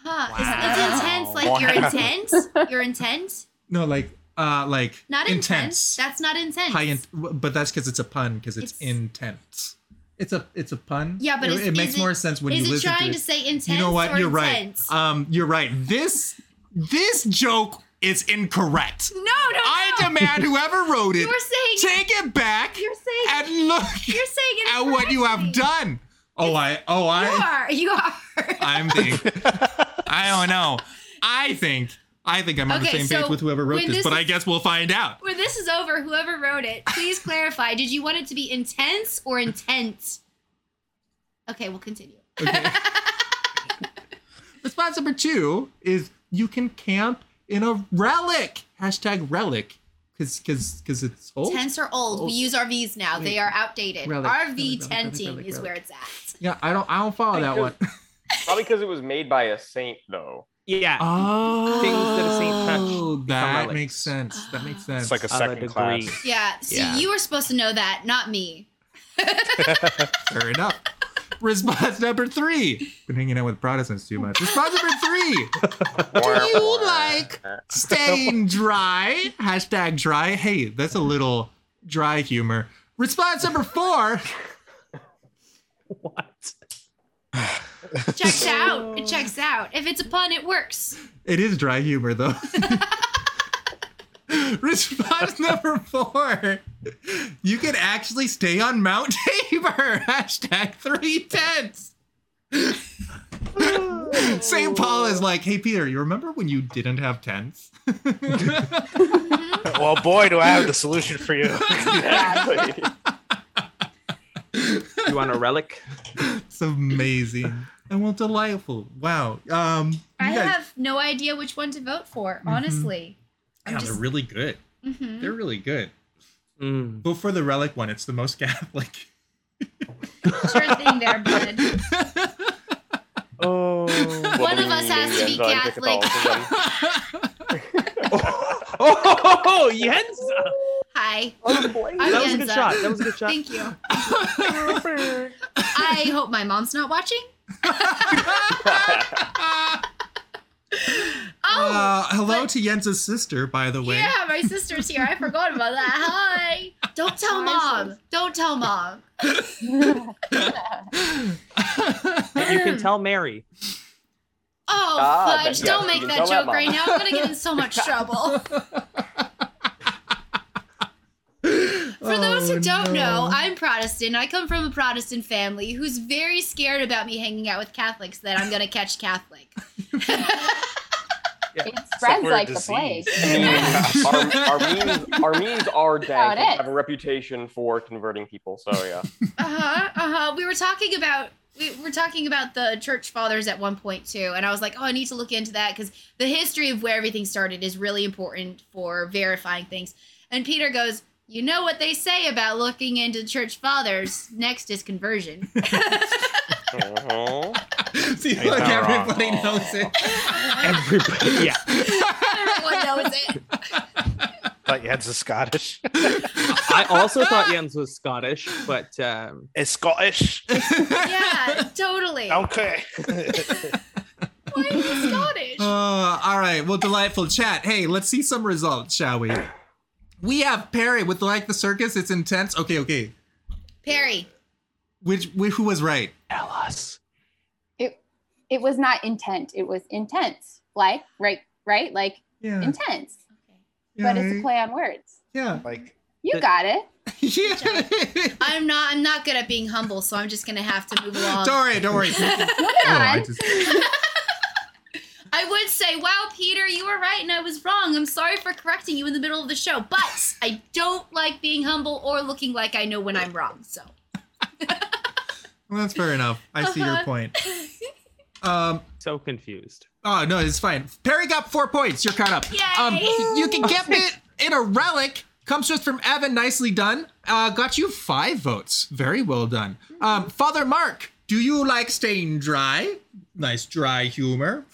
B: Huh. It's, it's intense. Like you're
D: Wow.
B: intense. You're intense.
A: No, like, uh, like
B: Not intense. That's not intense.
A: High in, but that's because it's a pun. Because it's,
B: It's-
A: intense. It's a it's a pun.
B: Yeah, but
A: it,
B: is-
A: it makes
B: is it-
A: more sense when
B: Is
A: you
B: it
A: listen
B: trying
A: it.
B: to say intense?
A: you know what?
B: Or
A: You're
B: intense?
A: right. Um, you're right. This this joke is incorrect.
B: No, <laughs> no,
A: I
B: no.
A: demand whoever wrote it
B: You're saying.
A: take it back
B: You're saying.
A: and look <laughs>
B: you're saying it.
A: at what you have
B: incorrectly.
A: done. Oh, I oh I.
B: You are. You are. <laughs>
F: <laughs>
A: I'm thinking. I don't know. I think. I think I'm on the
B: Okay,
A: same
B: so
A: page with whoever wrote
B: when
A: this,
B: this
A: but I
B: is-
A: guess we'll find out.
B: When this is over, whoever wrote it, please clarify. Did you want it to be intense or intent? Okay, we'll continue.
A: Okay. Response number two is you can camp in a relic. Hashtag relic. Cause cause cause it's old.
B: Tents are old. We
A: Oh.
B: use RVs now. They are outdated.
A: Relic,
B: RV
A: relic, relic,
B: tenting
A: relic,
B: is
A: relic.
B: where it's at.
A: Yeah, I don't I don't follow that one.
C: Probably because it was made by a saint,
F: <laughs>
C: though.
F: Yeah.
A: Oh
F: Things that are same touch become
A: That
F: relics.
A: makes sense. That makes sense.
D: It's like a
F: Of a
D: second
F: degree.
D: class.
B: Yeah. See,
F: Yeah.
B: you were supposed to know that, not me.
A: Fair enough. Response number three. Been hanging out with Protestants too much. Response number three. Do you
C: <laughs>
A: like staying dry? Hashtag dry. Hey, that's a little dry humor. Response number four.
F: What? <laughs>
B: Checks out. It checks out. If it's a pun, it works.
A: It is dry humor though. <laughs> Response number four. You can actually stay on Mount Tabor. <laughs> Hashtag three tenths. <laughs> St. Paul is like, hey Peter, you remember when you didn't have tents?
D: <laughs> well, boy, do I have the solution
E: <laughs>
D: for you. <laughs>
C: Exactly.
F: You want a relic?
A: It's amazing. and well, delightful. Wow. Um, you
B: I
A: guys-
B: have no idea which one to vote for,
F: Mm-hmm.
B: honestly.
A: yeah, they're really good.
B: Mhm.
A: They're really good. <laughs>
F: Mm.
A: But for the relic one, it's the most <laughs> Catholic.
B: Sure
A: <laughs>
B: thing there, bud.
F: Oh.
B: One of us has to be Catholic. <laughs>
F: oh, Yenza.
B: Hi.
F: Oh, That was
B: I'm
F: a good
B: Yenza.
F: shot. That was a good shot.
B: Thank you. I
A: <laughs>
B: hope my mom's not watching. Oh,
A: uh, hello
B: but-
A: to Yenza's sister, by the way.
B: yeah, my sister's here. I forgot about that. Hi. Don't tell
E: Hi,
B: mom. Don't tell mom.
F: But you can tell Mary.
B: Oh,
C: Ah,
B: fudge.
C: yeah,
B: Don't
C: you
B: make
C: can
B: that
C: tell that
B: joke right
C: mom.
B: now. I'm going to get in so
C: <laughs>
B: much trouble. For
A: <gasps>
B: those
A: Oh,
B: who don't know, I'm Protestant. I come from a Protestant family who's very scared about me hanging out with Catholics that I'm going to catch Catholic.
E: It spreads
D: we're a
E: like the
D: disease.
E: plague.
B: <laughs>
C: Ar- Armenes, Armenes are dank
E: it
C: and
E: is.
C: have a reputation for converting people. So yeah,
B: Uh-huh. Uh-huh. We were talking about we were talking about the church fathers at one point too, and I was like, "Oh, I need to look into that cuz the history of where everything started is really important for verifying things." And Peter goes, "You know what they say about looking into church fathers? Next is conversion." <laughs>
A: <laughs>
C: Mhm.
A: See,
D: Hey,
A: like
D: how wrong.
A: everybody knows it.
B: <laughs>
F: Everybody. Yeah.
B: Everyone knows it.
D: But yeah, it's a Scottish. <laughs>
F: I also thought Jens was Scottish, but um,
E: <laughs>
D: It's Scottish.
B: Yeah, totally.
D: Okay.
B: Why are you Scottish?
A: Uh, all right. Well, delightful chat. Hey, let's see some results, shall we? We have Perry with like the circus. It's intense. Okay, okay.
B: Perry.
A: Which, which who was right?
F: tell us.
E: It it was not intent. It was intense. Like right right like
A: Yeah.
E: intense.
A: yeah
E: But it's a play on words.
A: Yeah. <laughs>
D: like
E: You
F: But-
E: got it.
A: yeah.
B: I'm not I'm not good at being humble, so I'm just going to have to move
A: <laughs>
B: along.
A: Don't worry. Don't
B: <laughs>
A: worry.
E: Moving
A: Oh, I
E: on.
A: just-
B: I would say, wow, Peter, you were right and I was wrong. I'm sorry for correcting you in the middle of the show, but I don't like being humble or looking like I know when I'm wrong. So,
A: well, that's fair enough. I see your
B: Uh-huh. <laughs>
A: point. Um.
F: So confused.
A: Oh no, it's fine. Perry got four points. You're caught up.
B: Yay!
A: Um, you can get
B: <laughs>
A: it in a relic. Comes to us from Evan. Nicely done. Uh, got you five votes. Very well done. Um, Father Mark, do you like staying dry? Nice dry humor.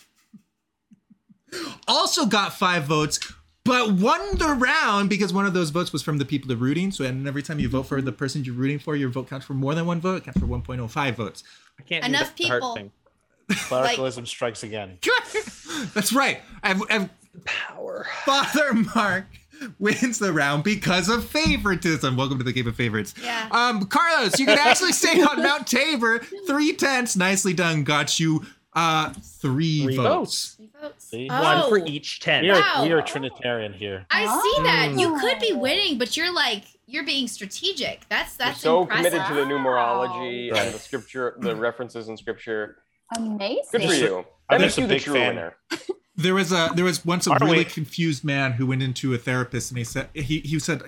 A: Also got five votes, but won the round because one of those votes was from the people of rooting. So, and every time you vote for the person you're rooting for, your vote counts for more than one vote. It counts for 1.05 votes.
F: I can't
B: Enough
F: do the heart
B: people.
F: thing.
D: clericalism strikes again.
A: That's right. I've, I've power. Father Mark wins the round because of favoritism. Welcome to the game of favorites.
B: Yeah.
A: Um, Carlos, you can actually stay on Mount Tabor. Three tenths. Nicely done. Got you uh three,
D: Three
A: votes.
B: three votes.
D: See?
F: One
B: Oh,
F: for E. each ten.
D: We are,
B: Wow.
D: we are Trinitarian here.
B: I see that.
E: Oh.
B: You could be winning, but you're like, you're being strategic. That's,
C: We're
B: that's
C: so
B: impressive. Hmm.
C: committed to the numerology
D: Right.
C: and the scripture, the references in scripture. Good for
E: Amazing.
C: you.
D: I'm
C: That makes
D: just a
C: you the
D: big
C: true
D: fan.
C: winner. <laughs>
A: There was a there was once a
D: Aren't
A: really
D: we-
A: confused man who went into a therapist and he said he he said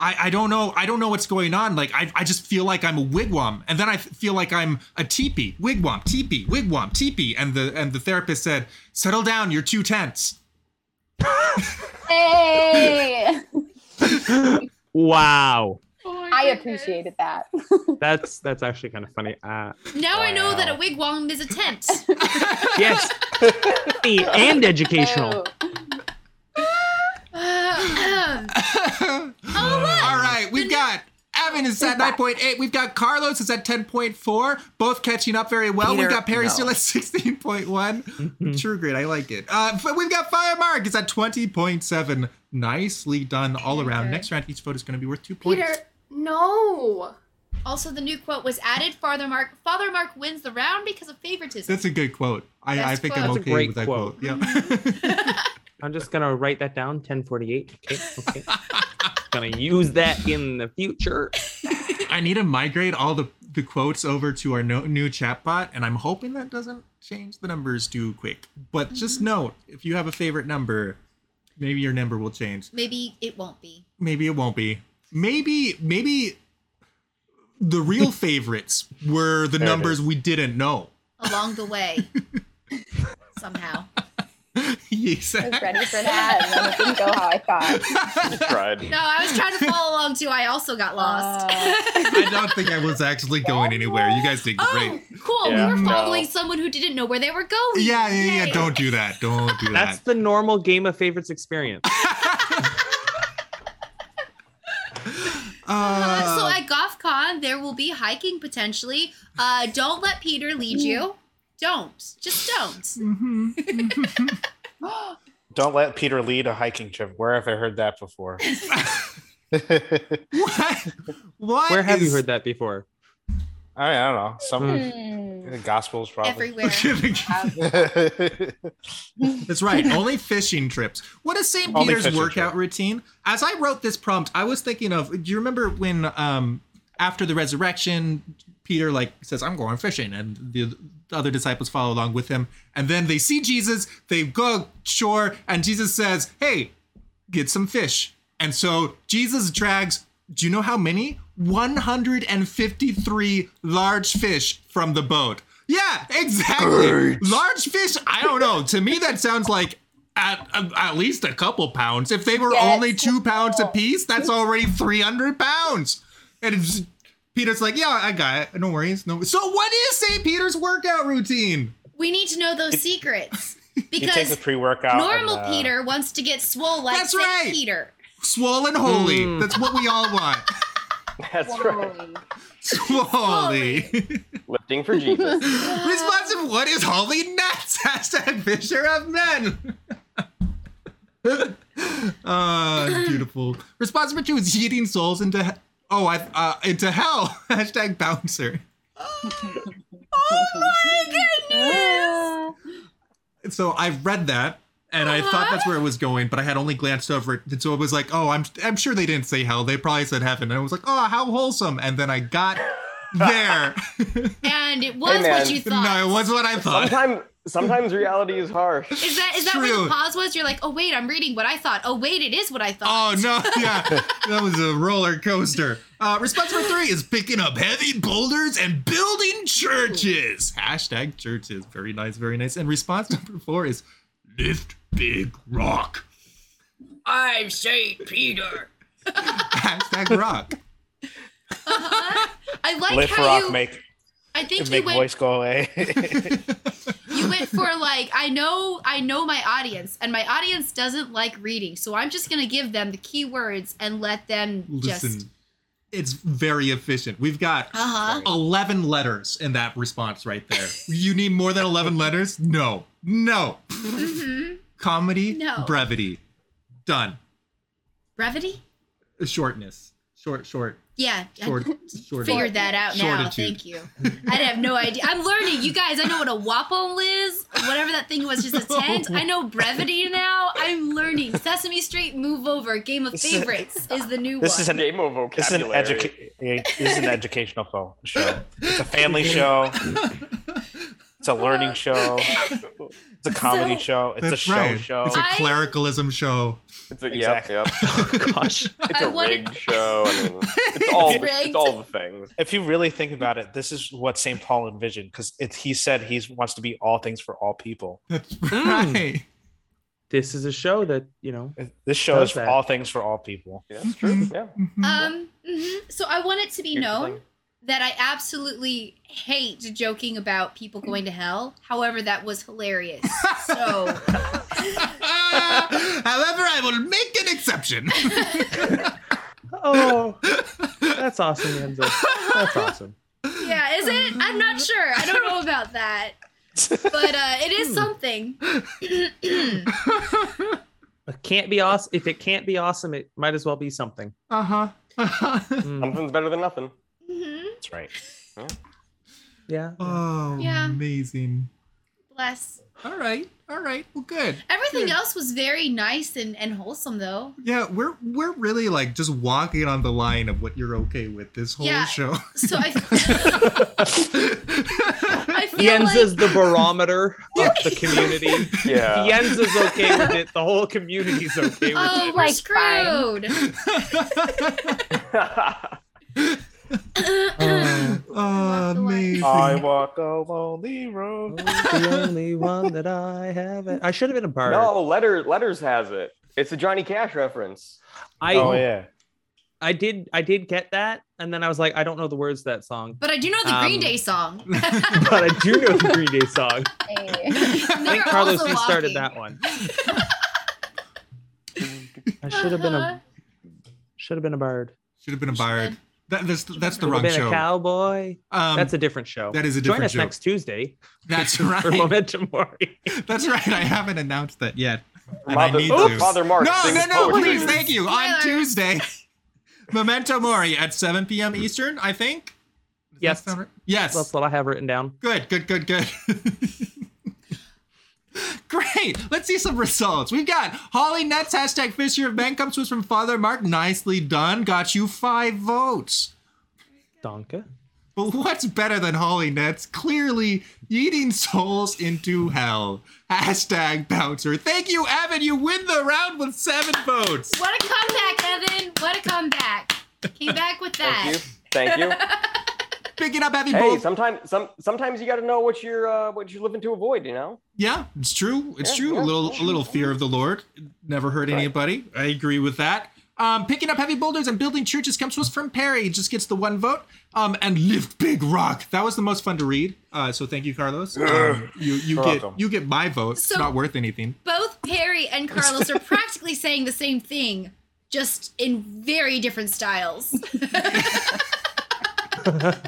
A: I, I don't know I don't know what's going on like I, I just feel like I'm a wigwam and then I feel like I'm a teepee wigwam teepee wigwam teepee and the and the therapist said settle down you're too tense <laughs>
E: Hey.
F: Wow.
E: I appreciated that. <laughs>
F: That's that's actually kind of funny. Uh,
B: Now I know
D: Wow.
B: that a wigwam is a tent. <clears throat> <laughs>
F: yes. Funny and educational.
E: Oh.
B: Uh,
A: <laughs> All right, we've got Evan is at 9.8. We've got Carlos is at 10.4, both catching up very well. we've
I: Peter,
A: got Perry
I: no.
A: still at 16.1. True grade, I like it. Uh, but we've got Firemark is at 20.7. Nicely done all around.
B: Okay.
A: Next round, each vote is going to be worth two points.
I: Peter, no.
B: also, the new quote was added. Father Mark, Father Mark wins the round because of favoritism.
A: That's a good quote. I, I
B: Best
A: think
B: quote.
A: I'm
B: That's
F: a
A: okay
F: great
A: with that quote.
F: quote.
A: Yeah.
F: I'm just gonna write that down. 1048. Okay. Okay. gonna use that in the future.
A: I need to migrate all the, the quotes over to our no, new chatbot, and I'm hoping that doesn't change the numbers too quick. But just note if you have a favorite number, maybe your number will change.
B: Maybe it won't be.
A: Maybe it won't be. Maybe, maybe the real favorites were the
D: There it
A: numbers
D: is.
A: we didn't know. <laughs>
B: along the way somehow.
E: I was
A: exactly.
E: ready for that, and then it didn't go how I thought.
C: You
D: <laughs>
C: tried.
B: No, I was trying to follow along too. I also got lost.
E: <laughs>
A: <laughs>
E: Uh,
A: I don't think I was actually going anywhere. You guys did great.
B: oh, cool.
C: Yeah,
B: we were
C: no.
B: following someone who didn't know where they were going.
A: Yeah, yeah,
B: oh,
A: yeah.
B: Yay.
A: Don't do that. Don't do
F: That's
A: that.
F: the normal game of favorites experience.
B: Uh, <laughs> so
A: Uh,
B: at GothCon, there will be hiking potentially. Uh,
A: mm-hmm.
B: don't let Peter lead you. Don't. Just don't.
D: Don't let Peter lead a hiking trip. Where have I heard that
B: <laughs>
D: before?
A: What? <laughs> What?
F: Where have you
A: <laughs>
F: heard that before?
D: I, I don't know. Some
E: Hmm.
D: the gospels probably.
B: everywhere.
A: That's
D: <laughs>
A: right. Only fishing trips. What is St.
D: Only
A: Peter's
D: fishing
A: workout
D: trip.
A: routine? As I wrote this prompt, I was thinking of. Do you remember when, um, after the resurrection, Peter like says, "I'm going fishing," and the, the other disciples follow along with him, and then they see Jesus. They go shore, and Jesus says, "Hey, get some fish." And so Jesus drags. Do you know how many? 153 large fish from the boat. Yeah, exactly. Large fish. I don't know. To me, that sounds like at at least a couple pounds. If they were
E: Yes.
A: only two pounds apiece, that's already 300 pounds. And it's, Peter's like, yeah, I got it. No worries. No. So, what is St. Peter's workout routine?
B: We need to know those
A: <laughs>
B: secrets
D: You take the
B: because
D: pre-workout.
B: normal
D: and, uh,
B: Peter wants to get swole like
A: That's
B: Saint
A: right.
B: Peter.
A: Swollen holy.
F: Mm.
A: That's what we all want.
C: That's right.
E: Holy.
A: Swolly.
C: Lifting
B: <laughs>
C: for
A: <laughs>
C: Jesus.
A: Responsive. What is holy nuts? <laughs> Hashtag Fisher of Men. <laughs> uh, beautiful. Response number two is yeeting souls into he- oh I uh, into hell. <laughs> Hashtag bouncer.
E: Ah.
A: So I read that and I thought that's where it was going, but I had only glanced over it, and so it was like, oh, I'm I'm sure they didn't say hell. They probably said heaven, and I was like, oh, how wholesome. And then I got there.
B: And it was
C: man.
B: what you thought.
A: <laughs> no, it was what I thought.
C: Sometimes, sometimes reality is harsh.
B: Is that is that where
A: True.
B: the pause was? You're like, oh wait, I'm reading what I thought. Oh wait, it is what I thought.
A: Oh no! Yeah, that was a roller coaster. Uh, response number three is picking up heavy boulders and building churches. Hashtag churches. Very nice, very nice. And response number four is lift big rock.
B: I'm Saint Peter.
A: Hashtag rock.
B: Uh-huh. <laughs> I like
D: Lift
B: how
D: rock
B: you.
D: make
B: I think you
D: make
B: went.
D: voice go
B: <laughs>
D: away. <laughs>
B: You went for like I know. I know my audience, and my audience doesn't like reading, so I'm just gonna give them the keywords and let them
A: Listen,
B: <laughs> just.
A: it's very efficient. We've got
B: Uh huh.
A: eleven letters in that response right there. you need more than eleven letters? No, no.
B: hmm
A: Comedy,
B: No.
A: brevity, done.
B: Brevity.
A: Shortness, short, short,
B: Yeah. <laughs>
A: short,
B: I
A: short.
B: figured that out now.
A: Shortitude.
B: Thank you. I'd have no idea. I'm learning, you guys. I know what a wapo is, whatever that thing was, just a tent. I know brevity now. I'm learning. Sesame Street, move over. Game of
D: This is-
B: favorites is the new
D: this
B: one.
D: is an
C: Game of
D: It's an
C: vocabulary.
D: educa- This is an educational fo- show. It's
B: <laughs>
D: a family show. It's a learning show. It's a comedy
B: So-
D: show. It's a
A: That's
D: show
A: right.
D: show.
A: It's a
B: I-
A: clericalism show.
C: It's a,
D: Exactly. <laughs>
C: Yep, yep.
F: Gosh.
C: It's
B: I
C: a
B: wanted-
C: rigged show. I
B: <laughs>
C: mean, it's all the,
B: Rigged.
C: it's all the things.
D: if you really think about it, this is what St. Paul envisioned because he said he wants to be all things for all people.
A: That's
F: Mm.
A: <laughs> right. <laughs>
F: This is a show that, you
B: <laughs>
F: know.
D: This show
F: Does
D: is
F: that.
D: all things for all people.
C: Yeah, it's true. Yeah.
B: um, mhm. So I want it to be
C: Here's the
B: known
C: thing.
B: that I absolutely hate joking about people going to hell. However, that was hilarious.
D: <laughs>
B: So
A: However, I will make an
B: <laughs>
A: exception.
F: Oh, that's awesome, Enzo.
B: <laughs>
F: That's awesome.
B: yeah, is it? I'm not sure. I don't know about that. But uh, it
D: Hmm.
B: is something. <clears throat> Mm-hmm.
F: It can't be awesome. If it can't be awesome, it might as well be something.
A: Uh
B: Uh-huh.
A: huh.
F: Mm,
C: Something's better than nothing. <laughs>
B: hmm
D: That's right.
F: yeah.
A: <laughs>
B: Uh,
A: oh,
B: Yeah.
A: amazing.
B: Bless.
A: All right, all right. Well, good.
B: Everything else was very nice and, and wholesome, though.
A: Yeah, we're we're really like just walking on the line of what you're okay with this whole
B: Yeah. <laughs>
A: show. <laughs> Oh,
B: So I, <laughs> I feel
F: Jens
B: like
F: is the
B: <laughs>
F: barometer of the community.
C: Yeah.
F: Jens is okay with it. The whole community's okay with
B: oh,
F: it.
B: we're
E: Like,
B: screwed.
F: Uh.
A: oh,
B: the line.
A: amazing.
D: I walk a lonely
A: <laughs>
D: road.
F: the only one that I have. I should have been a bird.
C: no, letter letters has it. It's a Johnny Cash reference.
F: I
D: Oh, yeah.
F: I did I did get that, and then I was like, I don't know the words to that
B: <laughs>
F: song,
B: <laughs> But I do know the Green
F: Um,
B: Day song.
F: but <laughs> I do know the Green Day song.
E: Hey.
F: I think
B: They're
F: Carlos
B: also
F: you started
B: walking.
F: that one. <laughs> I should have been a should have been a bird.
A: Should have been a bard. bard.
B: Should've
A: That, that's that's the
F: Little
A: wrong
F: bit of
A: show.
F: Cowboy.
A: Um,
F: That's a different show.
A: that is a
F: Join
A: different
F: us
A: show.
F: next <laughs> Tuesday
A: <laughs> that's
F: for
A: right.
F: <laughs> Momentum Mori.
A: <laughs> That's right. I haven't announced that yet. And I
C: Father,
A: need
C: oh,
A: to.
C: Father Mark.
A: no,
C: sings
A: no, no,
C: poetry.
A: please, thank you. On
B: Spoiler.
A: Tuesday, <laughs> Memento Mori at 7 p.m. Eastern, I think. Does that
F: Yes.
A: sound right? Yes.
F: That's what I have written down.
A: Good, good, good, good. <laughs> Great. Let's see some results. We've got Holly Nets, hashtag Fish Year of Man comes to us from Father Mark. Nicely done. Got you five votes.
F: <laughs> Donka.
A: But what's better than Holly Nets? Clearly, eating souls into hell. Hashtag bouncer. Thank you, Evan. You win the round with seven votes.
B: What a comeback, Evan! What a comeback! Came back with that.
C: Thank you. Thank you.
A: <laughs> Picking up Evan
C: Hey,
A: both.
C: sometimes some sometimes you got to know what you're uh, what you're living to avoid. You know.
A: Yeah, it's true. It's
C: Yeah,
A: true.
C: yeah,
A: a little,
C: yeah.
A: a little fear of the Lord never hurt
C: Right.
A: anybody. I agree with that. Um, picking up heavy boulders and building churches comes to us from Perry. Just gets the one vote. Um, and lift big rock. That was the most fun to read. Uh, so thank you, Carlos. Um, you you
D: You're
A: get
D: welcome.
A: you get my vote.
B: So-
A: it's not worth anything.
B: Both Perry and Carlos are practically saying the same thing, just in very different styles.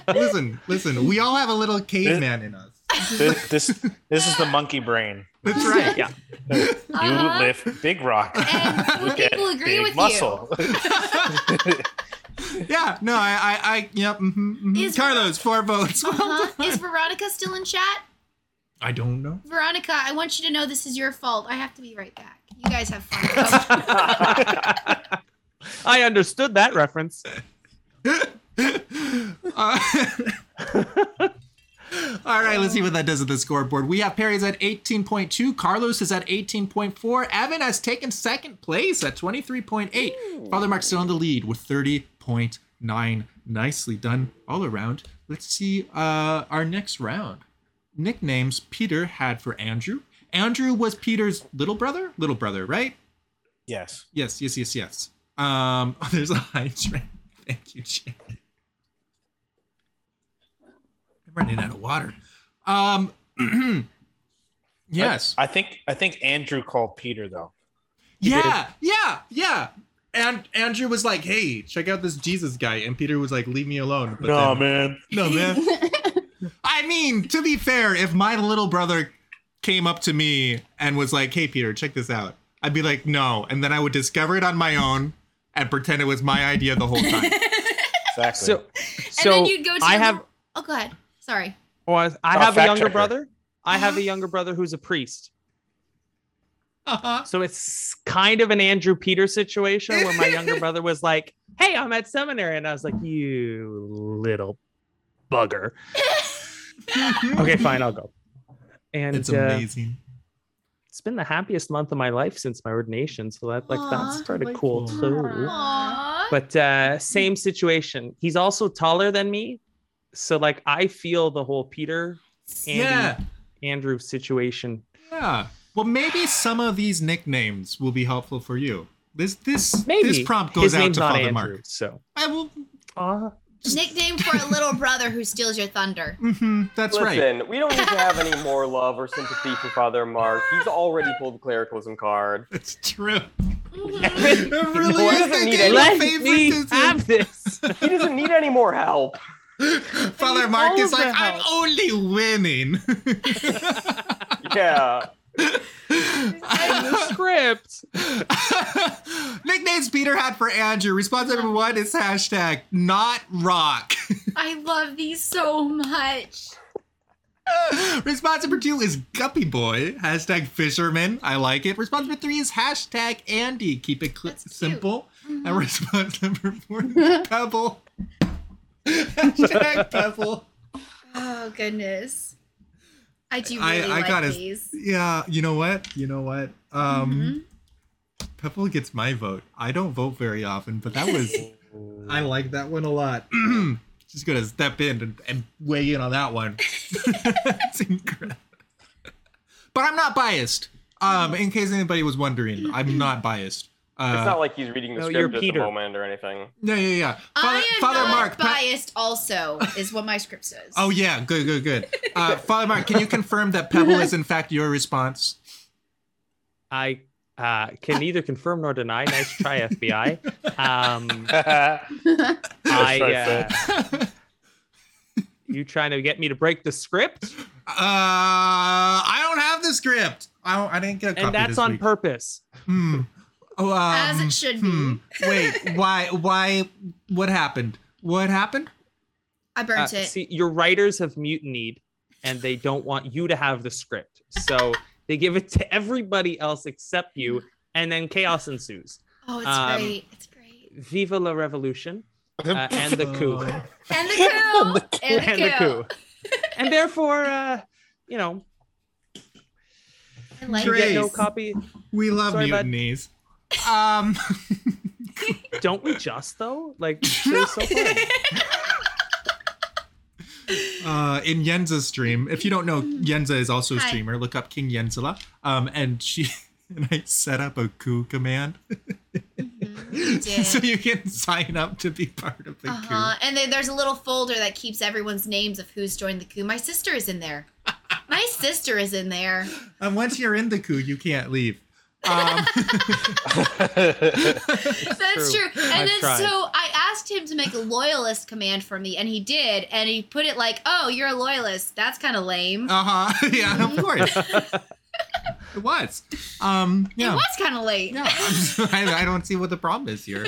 A: Listen, listen. We all have a little caveman in us.
D: This, this this is the monkey brain.
A: That's right.
F: Yeah.
D: You
B: Uh-huh.
D: lift big rock.
B: And
D: You
B: people
D: get
B: agree
D: big
B: with you.
D: muscle. <laughs>
A: Yeah. No, I, I, I yep. mhm, mhm.
B: Is-
A: Carlos, four votes. <laughs>
B: Uh-huh. Is Veronica still in chat?
A: I don't know.
B: Veronica, I want you to know this is your fault. I have to be right back. You guys have
A: <laughs>
B: fun.
F: I understood that reference.
A: Uh, <laughs> all right, let's see what that does at the scoreboard. We have Perry's at 18.2, Carlos is at 18.4, Evan has taken second place at 23.8. Father Mark's still in the lead with 30.9. Nicely done all around. Let's see uh, our next round. Nicknames Peter had for Andrew. Andrew was Peter's little brother, little brother, right?
D: Yes.
A: Yes, yes, yes, yes. Um, <laughs> there's a high train. Thank you, Jay. I'm running out of water. Um, <clears throat> yes.
D: I think I think Andrew called Peter though.
A: yeah, yeah, yeah. And Andrew was like, "Hey, check out this Jesus guy," and Peter was like, "Leave me alone." But then-
D: man.
A: no
F: <laughs>
A: man. I mean, to be fair, if my little brother came up to me and was like, "Hey, Peter, check this out," I'd be like, "No," and then I would discover it on my own and pretend it was my idea the
F: <laughs>
A: whole time.
D: <laughs> Exactly.
F: So, so
B: and then you'd go to
F: I
B: your
F: have-
B: little- Oh, go ahead. Sorry.
F: well, I
D: I'll
F: have a
D: fact
F: younger
D: check her.
F: brother. I
B: <gasps>
F: have a younger brother who's a priest.
A: Uh-huh.
F: So it's kind of an Andrew Peter situation where my younger brother was like, Hey, I'm at seminary. And I was like, You little bugger. okay, fine, I'll go. And
A: It's
F: uh,
A: amazing.
F: it's been the happiest month of my life since my ordination. So that like
B: Aw,
F: that's pretty cool too.
B: Aww.
F: But uh same situation. He's also taller than me. So like I feel the whole Peter Andy
A: Yeah,
F: Andrew situation.
A: yeah. Well, maybe some of these nicknames will be helpful for you. This this
F: Maybe
A: this prompt goes
F: His
A: out
F: name's
A: to
F: not
A: Father
F: Andrew,
A: Mark.
F: So
A: I will.
F: uh,
B: Nickname for a little brother who steals your thunder.
A: hmm that's right.
C: Listen, we don't need to have any more love or sympathy for Father Mark. He's already pulled the clericalism card.
A: That's true.
B: Mhm.
A: It really
C: know, I
A: is
C: doesn't
A: the
C: need
A: game
C: any-
A: of
F: let me
A: favoritism.
F: have this.
C: He doesn't need any more help.
A: <laughs> Father
F: need
A: Mark
F: all
A: is
F: of
A: like,
F: the
A: I'm
F: help."
A: only winning. <laughs>
C: Yeah.
F: script.
A: Nicknames Peter had for Andrew. Response number one is hashtag not rock. <laughs>
B: I love these so much.
A: Response number two is Guppy Boy. Hashtag fisherman. I like it. Response number three is hashtag Andy. Keep it cl-
B: That's cute. Mm-hmm.
A: simple. And response <laughs> number four
B: <laughs>
A: is pebble. <laughs> hashtag pebble.
B: Oh goodness. I do
A: I-
B: really
A: I
B: like
A: gotta-
B: these.
A: Yeah, you know what? You know what?
B: Mm-hmm.
A: Um Pebble gets my vote. I don't vote very often, but that was I like that one a lot. <clears throat> She's gonna step in and, and weigh in on that one. <laughs> That's incredible. But I'm not biased. Um, in case anybody was wondering, I'm not biased. Uh,
C: It's not like he's reading the
F: no, you're
C: script at the
F: Peter.
C: moment or anything.
A: yeah, yeah, yeah.
B: I am not
A: Mark, pa-
B: biased also, is what my script says.
A: oh yeah, good, good, good. Uh, Father Mark, can you confirm that Pebble is in fact your
B: <laughs>
A: response?
F: I uh, can neither confirm nor deny. Nice try, FBI. Um,
D: I
F: I, uh,
D: Sorry,
F: you trying to get me to break the script?
A: Uh, I don't have the script. I don't, I didn't get a copy
F: And that's
A: this
F: on
A: week.
F: purpose.
A: Hmm. Oh, um,
B: As it should be.
A: hmm. Wait, why? Why? What happened? What happened?
B: I
F: Uh,
B: burnt it.
F: see, your writers have mutinied and they don't want you to have the script. So they give it to everybody else except you, and then chaos ensues.
B: oh, it's
F: um,
B: great. It's great.
F: Viva la revolution
D: <laughs>
F: uh, and the coup.
A: Uh,
B: And the coup. and the coup.
F: <laughs> and the coup. And therefore, uh, you know,
B: I like
F: you get no
A: Grace.
F: copy.
A: we love
F: Sorry, bud.
A: mutinies. Um,
F: Don't we just though? Like,
A: No.
F: they're so fun.
A: uh, in Yenza's stream, if you don't know, Yenza is also a
B: Hi.
A: streamer. Look up King Yenzela. Um, and she <laughs> and I set up a coup command <laughs>
B: You did.
A: so you can sign up to be part of the
B: Uh-huh. And then there's a little folder that keeps everyone's names of who's joined the coup. My sister is in there. My sister is in there.
A: coup. And once you're in the coup, you can't leave. Um, <laughs>
B: That's true.
F: true.
B: And
F: I've
B: then
F: tried.
B: so I asked him to make a loyalist command for me, and he did. And he put it like, "Oh, you're a loyalist. That's kind of lame."
A: Uh huh. <laughs> Yeah, of
B: <laughs>
A: course. it was. Um. Yeah.
B: It was kind of
A: <laughs>
B: lame. <laughs>
A: Yeah. I, I don't see what the problem is here.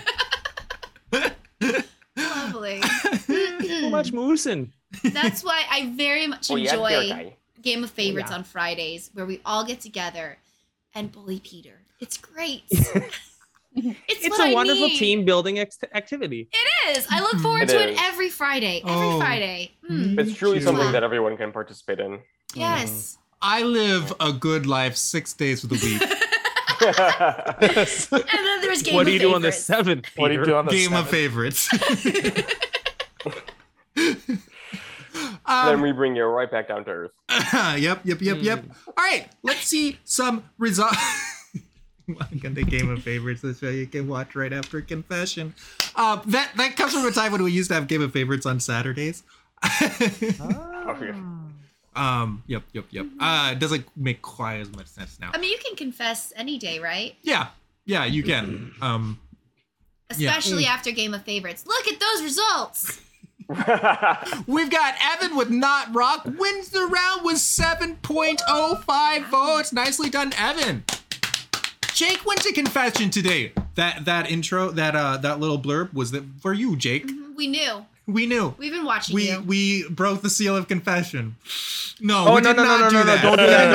B: Lovely.
F: so much moosin.
B: That's why I very much
C: Oh, yeah,
B: enjoy
C: there, guy.
B: Game of Favorites
F: yeah.
B: on Fridays, where we all get together and bully Peter. It's great. <laughs> it's
F: It's
B: a
F: a wonderful team building ex- activity.
B: It is. I look
F: Mm-hmm.
B: forward
C: It
B: to it
C: is.
B: every Friday. Every
A: Oh.
B: Friday. Mm.
C: It's truly
A: Cute.
C: something that everyone can participate in.
F: <laughs>
B: Yes.
A: I live a good life six days of the
C: <laughs>
A: week.
F: what
B: And then there's Game
F: do you
B: of
F: do on the
B: Favorites.
F: seventh?
D: what do you
F: Peter?
D: do on the
A: Game of
C: <laughs>
D: seventh?
A: favorites. <laughs>
C: then
A: um,
C: we bring you right back down to earth. <laughs>
A: <laughs> yep, yep, yep, yep. All right, let's see some <laughs> results. Welcome to Game of Favorites, the show you can watch right after confession. Uh, that that comes from a time when we used to have Game of Favorites on Saturdays. <laughs> Um. Yep. Yep. Yep. Uh, it doesn't make quite as much sense now.
B: I mean, you can confess any day, right?
A: Yeah. Yeah. You can. Um. Yeah.
B: Especially
F: Mm.
B: after Game of Favorites. Look at those results. <laughs>
A: We've got Evan with not rock wins the round with seven point oh five votes. Nicely done, Evan. Jake went to confession today. That that intro, that uh, that little blurb was that for you, Jake.
B: We knew.
A: We knew.
B: We've been watching
A: We
F: <laughs>
B: you.
A: we broke the seal of confession. No.
F: Oh
A: we
F: no
A: did
F: no no no
A: not
F: no no!
A: that.
F: Don't do that!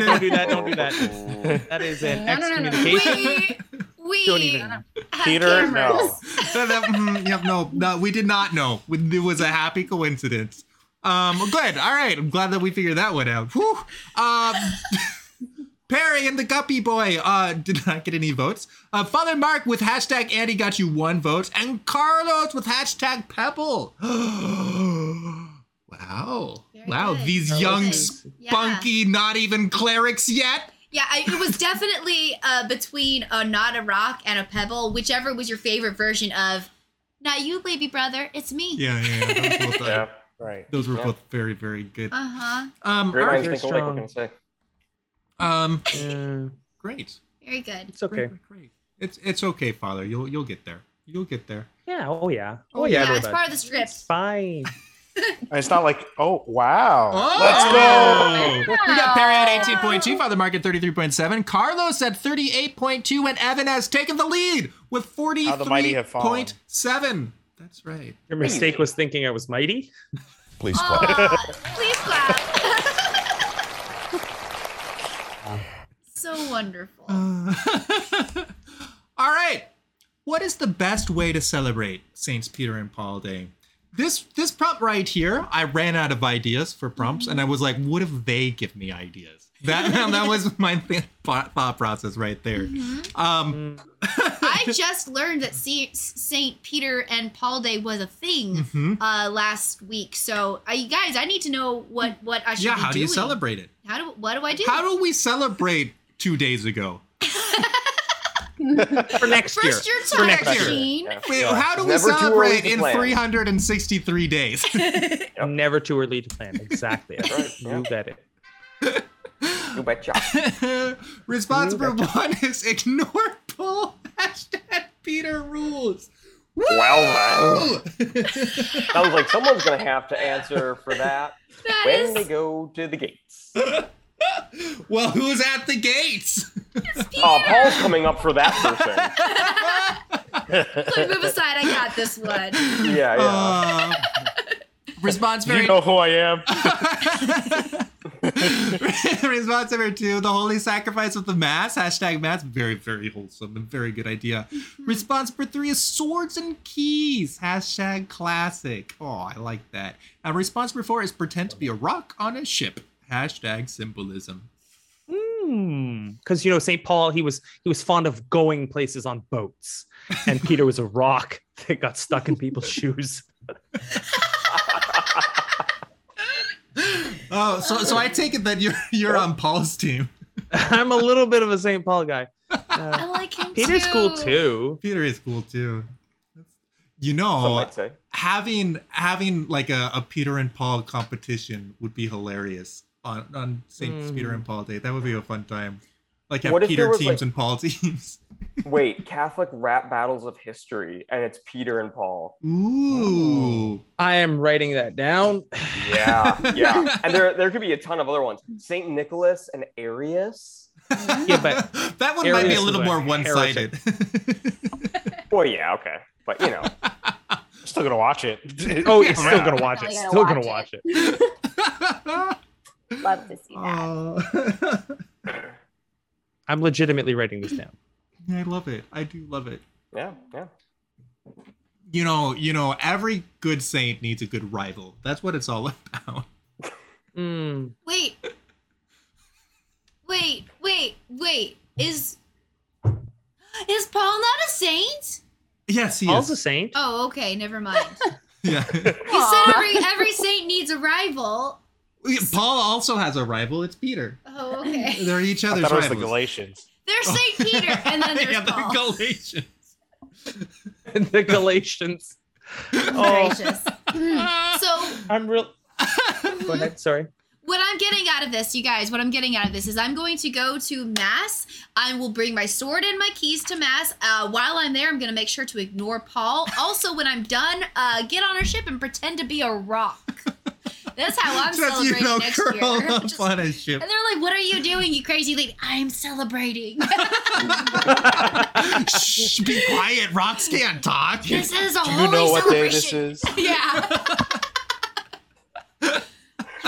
A: <laughs>
F: Don't do that! Don't do that!
A: We
F: Don't do
A: did
F: that! Don't do that!
A: not-
F: That is an
E: No, no, no, no, no.
B: We,
F: excommunication.
B: we
F: Don't even.
B: have
D: Peter,
B: cameras.
D: no.
A: That- that- mm, yep, no, no, we did not know. It was a happy coincidence. Um, good. All right. I'm glad that we figured that one out. Whew. Um, <laughs> Perry and the Guppy Boy uh, did not get any votes. Uh, Father Mark with hashtag Andy got you one vote. And Carlos with hashtag Pebble. <gasps> wow.
B: Very
A: Wow.
B: good.
A: These
B: Very
A: young,
B: good. Yeah.
A: spunky, not even clerics yet.
B: Yeah, I, it was definitely uh, between a not a rock and a pebble, whichever was your favorite version of. Not you, baby brother. It's me.
A: Yeah, yeah, yeah. Those were both, uh,
C: yeah.
D: Right.
A: those were
C: Yeah.
A: both very, very good.
B: Uh huh.
A: Um,
C: Great
A: all right.
C: minds think alike, what can I say?
A: um,
F: Yeah,
A: great.
B: Very good.
F: <laughs> it's okay.
A: Great, great, great. It's it's okay, Father. You'll you'll get there. You'll get there.
F: Yeah. Oh yeah.
A: Oh,
F: Oh yeah.
B: yeah, it's
F: everybody.
B: part of the script.
F: It's fine.
D: And it's not like, oh wow.
A: Let's go. We got Perry at 18.2, Father Mark at 33.7, Carlos at 38.2, and Evan has taken the lead with
D: the mighty have fallen.
A: 43.7. That's right. <laughs>
F: Your mistake was thinking I was mighty.
J: Please clap.
B: Aw, please
A: <laughs>
B: clap. so wonderful.
A: Uh, all right. What is the best way to celebrate Saints Peter and Paul Day? This this prompt right here, I ran out of ideas for prompts, and I was like, "What if they give me ideas?" That <laughs> that was my th- thought thought process right there.
B: Mm-hmm.
A: Um,
F: Mm,
B: I just learned that C- Saint Peter and Paul Day was a thing
A: mhm.
B: uh, last week. So, uh, you guys, I need to know what what I should
A: Yeah,
B: be
A: how do you
B: doing.
A: celebrate it?
B: How do what do I do?
A: How do we celebrate two days ago?
F: For next year.
B: First your
A: For
B: time
A: next year.
B: machine.
C: Yeah.
A: Wait,
C: <laughs> Yeah.
A: How do we
C: Never too early
A: celebrate
C: to
A: in
C: plan.
A: 363
C: <laughs>
A: days?
C: Yep.
F: Never too early to plan. Exactly.
C: right, yeah.
F: You bet it.
C: You betcha.
A: Response for one <laughs> is ignore Paul. Hashtag Peter rules.
C: Well,
A: no!
C: Sounds like someone's gonna have to answer for that <laughs>
B: That
C: when they
B: is
C: go to the gates.
A: <laughs> well, who's at the gates? <laughs>
C: Uh, Paul's coming up for that person.
B: Look, move aside. I got this one.
C: Yeah,
A: Uh,
C: yeah.
J: Response very
D: You know who I am.
A: <laughs> Response number two, the holy sacrifice of the mass, hashtag mass. Very, very wholesome and very good idea. Response number three is swords and keys, hashtag classic. Oh, I like that. And response number four is pretend to be a rock on a ship, hashtag symbolism.
F: Because Hmm. you know Saint Paul, he was he was fond of going places on boats, and Peter was a rock <laughs> that got stuck in
A: <laughs>
F: people's shoes. <laughs>
A: Oh, so so I take it that you're you're on Paul's team.
F: I'm a little bit of a Saint Paul guy.
B: I <laughs>
F: Uh,
C: <laughs>
B: like him
F: Peter's
B: too.
F: cool too.
A: Peter is cool too. You
C: Some
A: know,
C: might say.
A: having having like a, a Peter and Paul competition would be hilarious on on Saint
F: Mhm.
A: Peter and Paul Day. That would be a fun time. Like have
C: What if
A: Peter
C: there was,
A: teams
C: like-
A: and Paul
C: <laughs>
A: teams.
C: Wait, Catholic rap battles of history, and it's Peter and <laughs> Paul.
A: Ooh.
F: I am writing that
A: <laughs>
F: down.
C: Yeah, yeah. And there, there could be a ton of other ones. Saint Nicholas and Arius.
F: Yeah, but
A: <laughs> that one might be
F: Arius
A: a
F: is
A: little
F: a
A: more one sided. <laughs>
C: Well, yeah, okay, but you know,
D: I'm still gonna watch it. <laughs>
F: Oh, it's still gonna watch it.
E: Still
F: Still
E: gonna
F: gonna
E: watch
F: watch it.
E: <laughs> Love to see that.
F: I'm legitimately writing this down.
A: <laughs> I love it. I do love it.
C: yeah, yeah.
A: You know, you know, every good saint needs a good rival. That's what it's all <laughs> about.
F: Mm,
B: Wait. Wait, wait, wait. Is is Paul not a saint?
A: Yes, he
F: Paul's a
A: is. <laughs>
F: saint.
B: Oh, okay, never mind.
F: <laughs>
A: Yeah. <laughs>
B: You said
E: Aw.
B: every every saint needs a rival.
A: Paul also has a rival. It's Peter. <laughs>
B: Oh, okay.
A: They're each
D: I
A: other's
D: thought it was the
A: rivals.
D: Galatians.
B: There's Saint Peter, and then
A: <laughs>
B: there's
A: yeah, the
B: Paul.
A: Galatians.
B: <laughs>
F: the Galatians. Oh,
B: Gracious. so
F: I'm real. Go ahead. Sorry.
B: what I'm getting out of this, you guys, what I'm getting out of this is I'm going to go to mass. I will bring my sword and my keys to mass. Uh, while I'm there, I'm going to make sure to ignore
A: <laughs>
B: Paul. Also, when I'm done, uh, get on a ship and pretend to be a rock. That's how Oh, I'm
A: Just,
B: celebrating
A: you know,
B: next
A: curl <laughs>
B: year.
A: up
B: <laughs> Just-
A: on a ship.
B: and they're like, "What are you doing, you crazy lady?"
A: <laughs>
B: I'm celebrating.
A: Shh, be quiet. Rocks can't talk.
B: this is Oh, a
D: Do
B: holy
D: you know what day this
B: celebration. <laughs>
D: is?
B: Yeah.
A: <laughs>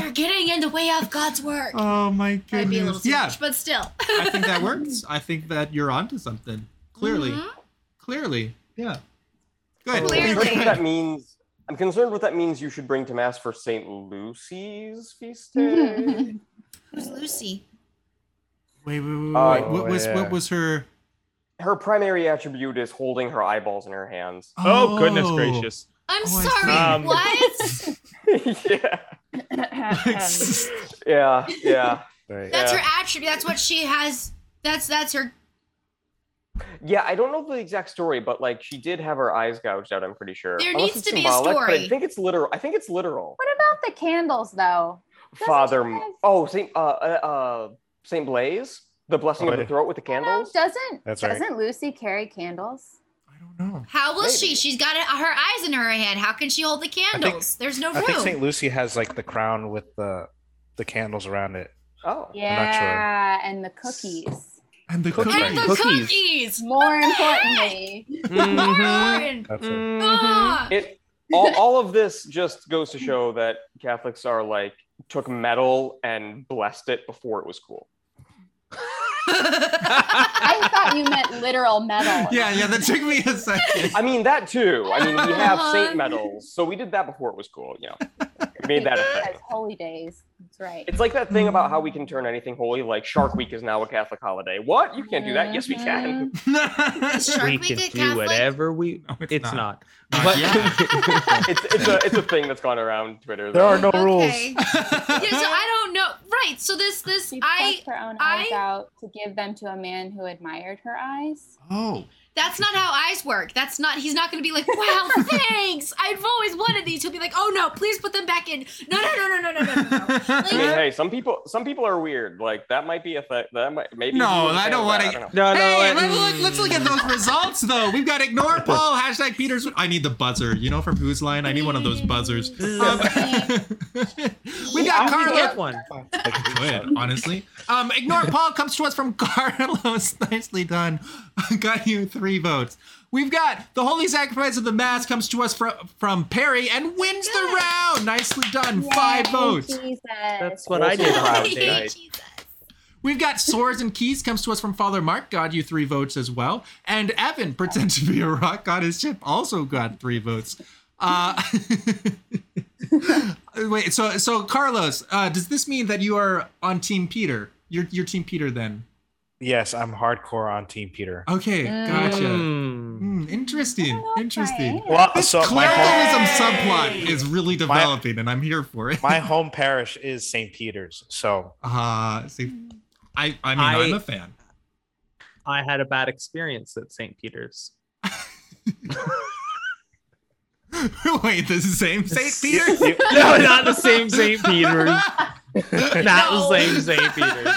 B: You're getting in the way of God's work.
A: Oh my
B: That'd be a little
A: goodness.
B: too
A: Yeah,
B: much, but still.
A: I think that works. I think that you're onto something. Clearly.
B: Mhm.
A: Clearly. Yeah. Good.
C: I'm
B: Clearly.
C: concerned what that means. I'm concerned what that means. You should bring to mass for Saint Lucy's feast <laughs> day.
B: Who's Lucy?
A: Wait, wait, wait, wait.
C: Uh,
A: what was
D: Oh, yeah.
A: what was
B: <laughs>
A: her
C: her primary attribute is holding her eyeballs in her hands.
F: Oh, goodness gracious.
B: I'm
A: Oh, I
B: sorry.
A: see.
F: Um,
B: what?
C: <laughs> yeah, yeah, yeah,
D: Right.
B: That's
C: Yeah.
B: her attribute. That's what she has. That's that's her.
C: yeah. I don't know the exact story, but like she did have her eyes gouged out. I'm pretty sure.
B: There
C: Unless
B: needs
C: it's
B: to be a
C: symbolic, but
B: story.
C: I think it's literal. I think it's literal.
E: <laughs> What about the candles, though? Doesn't
C: Father,
E: she have-
C: oh Saint, uh, uh, uh, Saint Blaise, the blessing
D: Oh,
C: of the
D: yeah.
C: throat with the
E: You know,
C: candles.
E: doesn't
D: That's right.
E: doesn't Lucy carry candles?
A: I don't know.
B: How will she?
C: Maybe.
B: She's got it, her eyes in her hand. How can she hold the candles? There's no
D: I think St.
B: room.
D: Lucy has like the crown with the the candles around it.
B: <laughs>
C: Oh,
E: Yeah, and the cookies.
A: And the
D: Cookies.
A: cookies. Mm-hmm.
B: And the
F: Cookies.
B: cookies.
E: More importantly,
F: Mhm.
B: Lauren.
D: That's
C: Mm.
D: it.
F: Mhm.
B: Ah.
C: it all, all of this just goes to show that Catholics are like took metal and blessed it before it was cool.
E: I thought you meant literal metal.
A: <laughs> Yeah, yeah, that took me a second. <laughs>
C: I mean that too. I mean we have
B: Uh-huh.
C: saint medals, so we did that before it was cool. You know, we made that a thing.
E: as holy days. That's right.
C: It's like that thing about how we can turn anything holy. Like Shark Week is now a Catholic holiday. What? You can't do that? Yes, we can.
E: Mm-hmm.
C: <laughs>
A: no,
B: Shark
F: we
B: Week
F: can
B: at
F: do
B: Catholic?
F: whatever we.
A: it's,
F: It's
A: not.
F: not.
A: Not
F: But-
C: It's it's a it's a thing that's gone around Twitter.
D: There are no rules.
B: Okay. yeah,
A: <laughs>
D: <laughs>
B: so I don't know. Right. So this this
E: She plucked
B: I
E: her own
A: <laughs>
B: I-
E: eyes out to give them to a man who admired her eyes.
A: oh.
B: That's not how eyes work. That's not. He's not going to be
F: <laughs>
B: like, "Wow, thanks. I've always wanted these." He'll be like, "Oh no, please put them back in." No, no, no, no, no, no, no,
F: <laughs>
B: no.
C: I mean,
B: Like,
C: hey, some people some people are weird. Like that might be a thing. That might maybe.
A: No,
C: you
A: I don't
C: understand
A: wanna-
C: that. I don't know.
F: No, no,
A: Hey,
F: it-
A: let, look, let's look at those results though. We've got ignore Paul hashtag Peters. I need the buzzer. You know from Who's Line. I need one of those buzzers. Um, <laughs> we got
F: I
A: Carlos.
F: get
A: <laughs>
F: one.
A: Good, honestly. Um, ignore Paul comes to us from <laughs> Carlos. Nicely done. <laughs> got you three votes. We've got the Holy Sacrifice of the Mass comes to us from from Perry and wins the round. Nicely done. Five oh.
E: Yay,
A: votes.
E: Jesus.
F: That's what I did.
B: <laughs>
C: Proud
F: last day.
C: day.
B: Jesus.
A: We've got Swords and Keys comes to us from Father Mark, got you three votes as well. And Evan, pretend to be a rock, got his chip, also got three votes. Uh, <laughs> wait, so so Carlos, uh, does this mean that you are on Team Peter? You're, you're Team Peter then.
D: Yes, I'm hardcore on Team Peter.
A: Okay, gotcha.
F: Hmm.
A: Hmm, interesting,
E: Oh,
A: interesting.
D: Well,
A: This
D: so Oh, my home,
A: clericalism subplot is really developing, and I'm here for it.
D: my home parish is St. Peter's. So
A: Uh, see, I, I mean,
F: I-
A: I'm a fan. <laughs>
F: I had a bad experience at St. Peter's.
A: Wait, the same St.
D: <laughs>
A: Peter?
D: You-
F: <laughs> No, not the <laughs> same St. Peter's. Not the same St. <laughs> Peter's.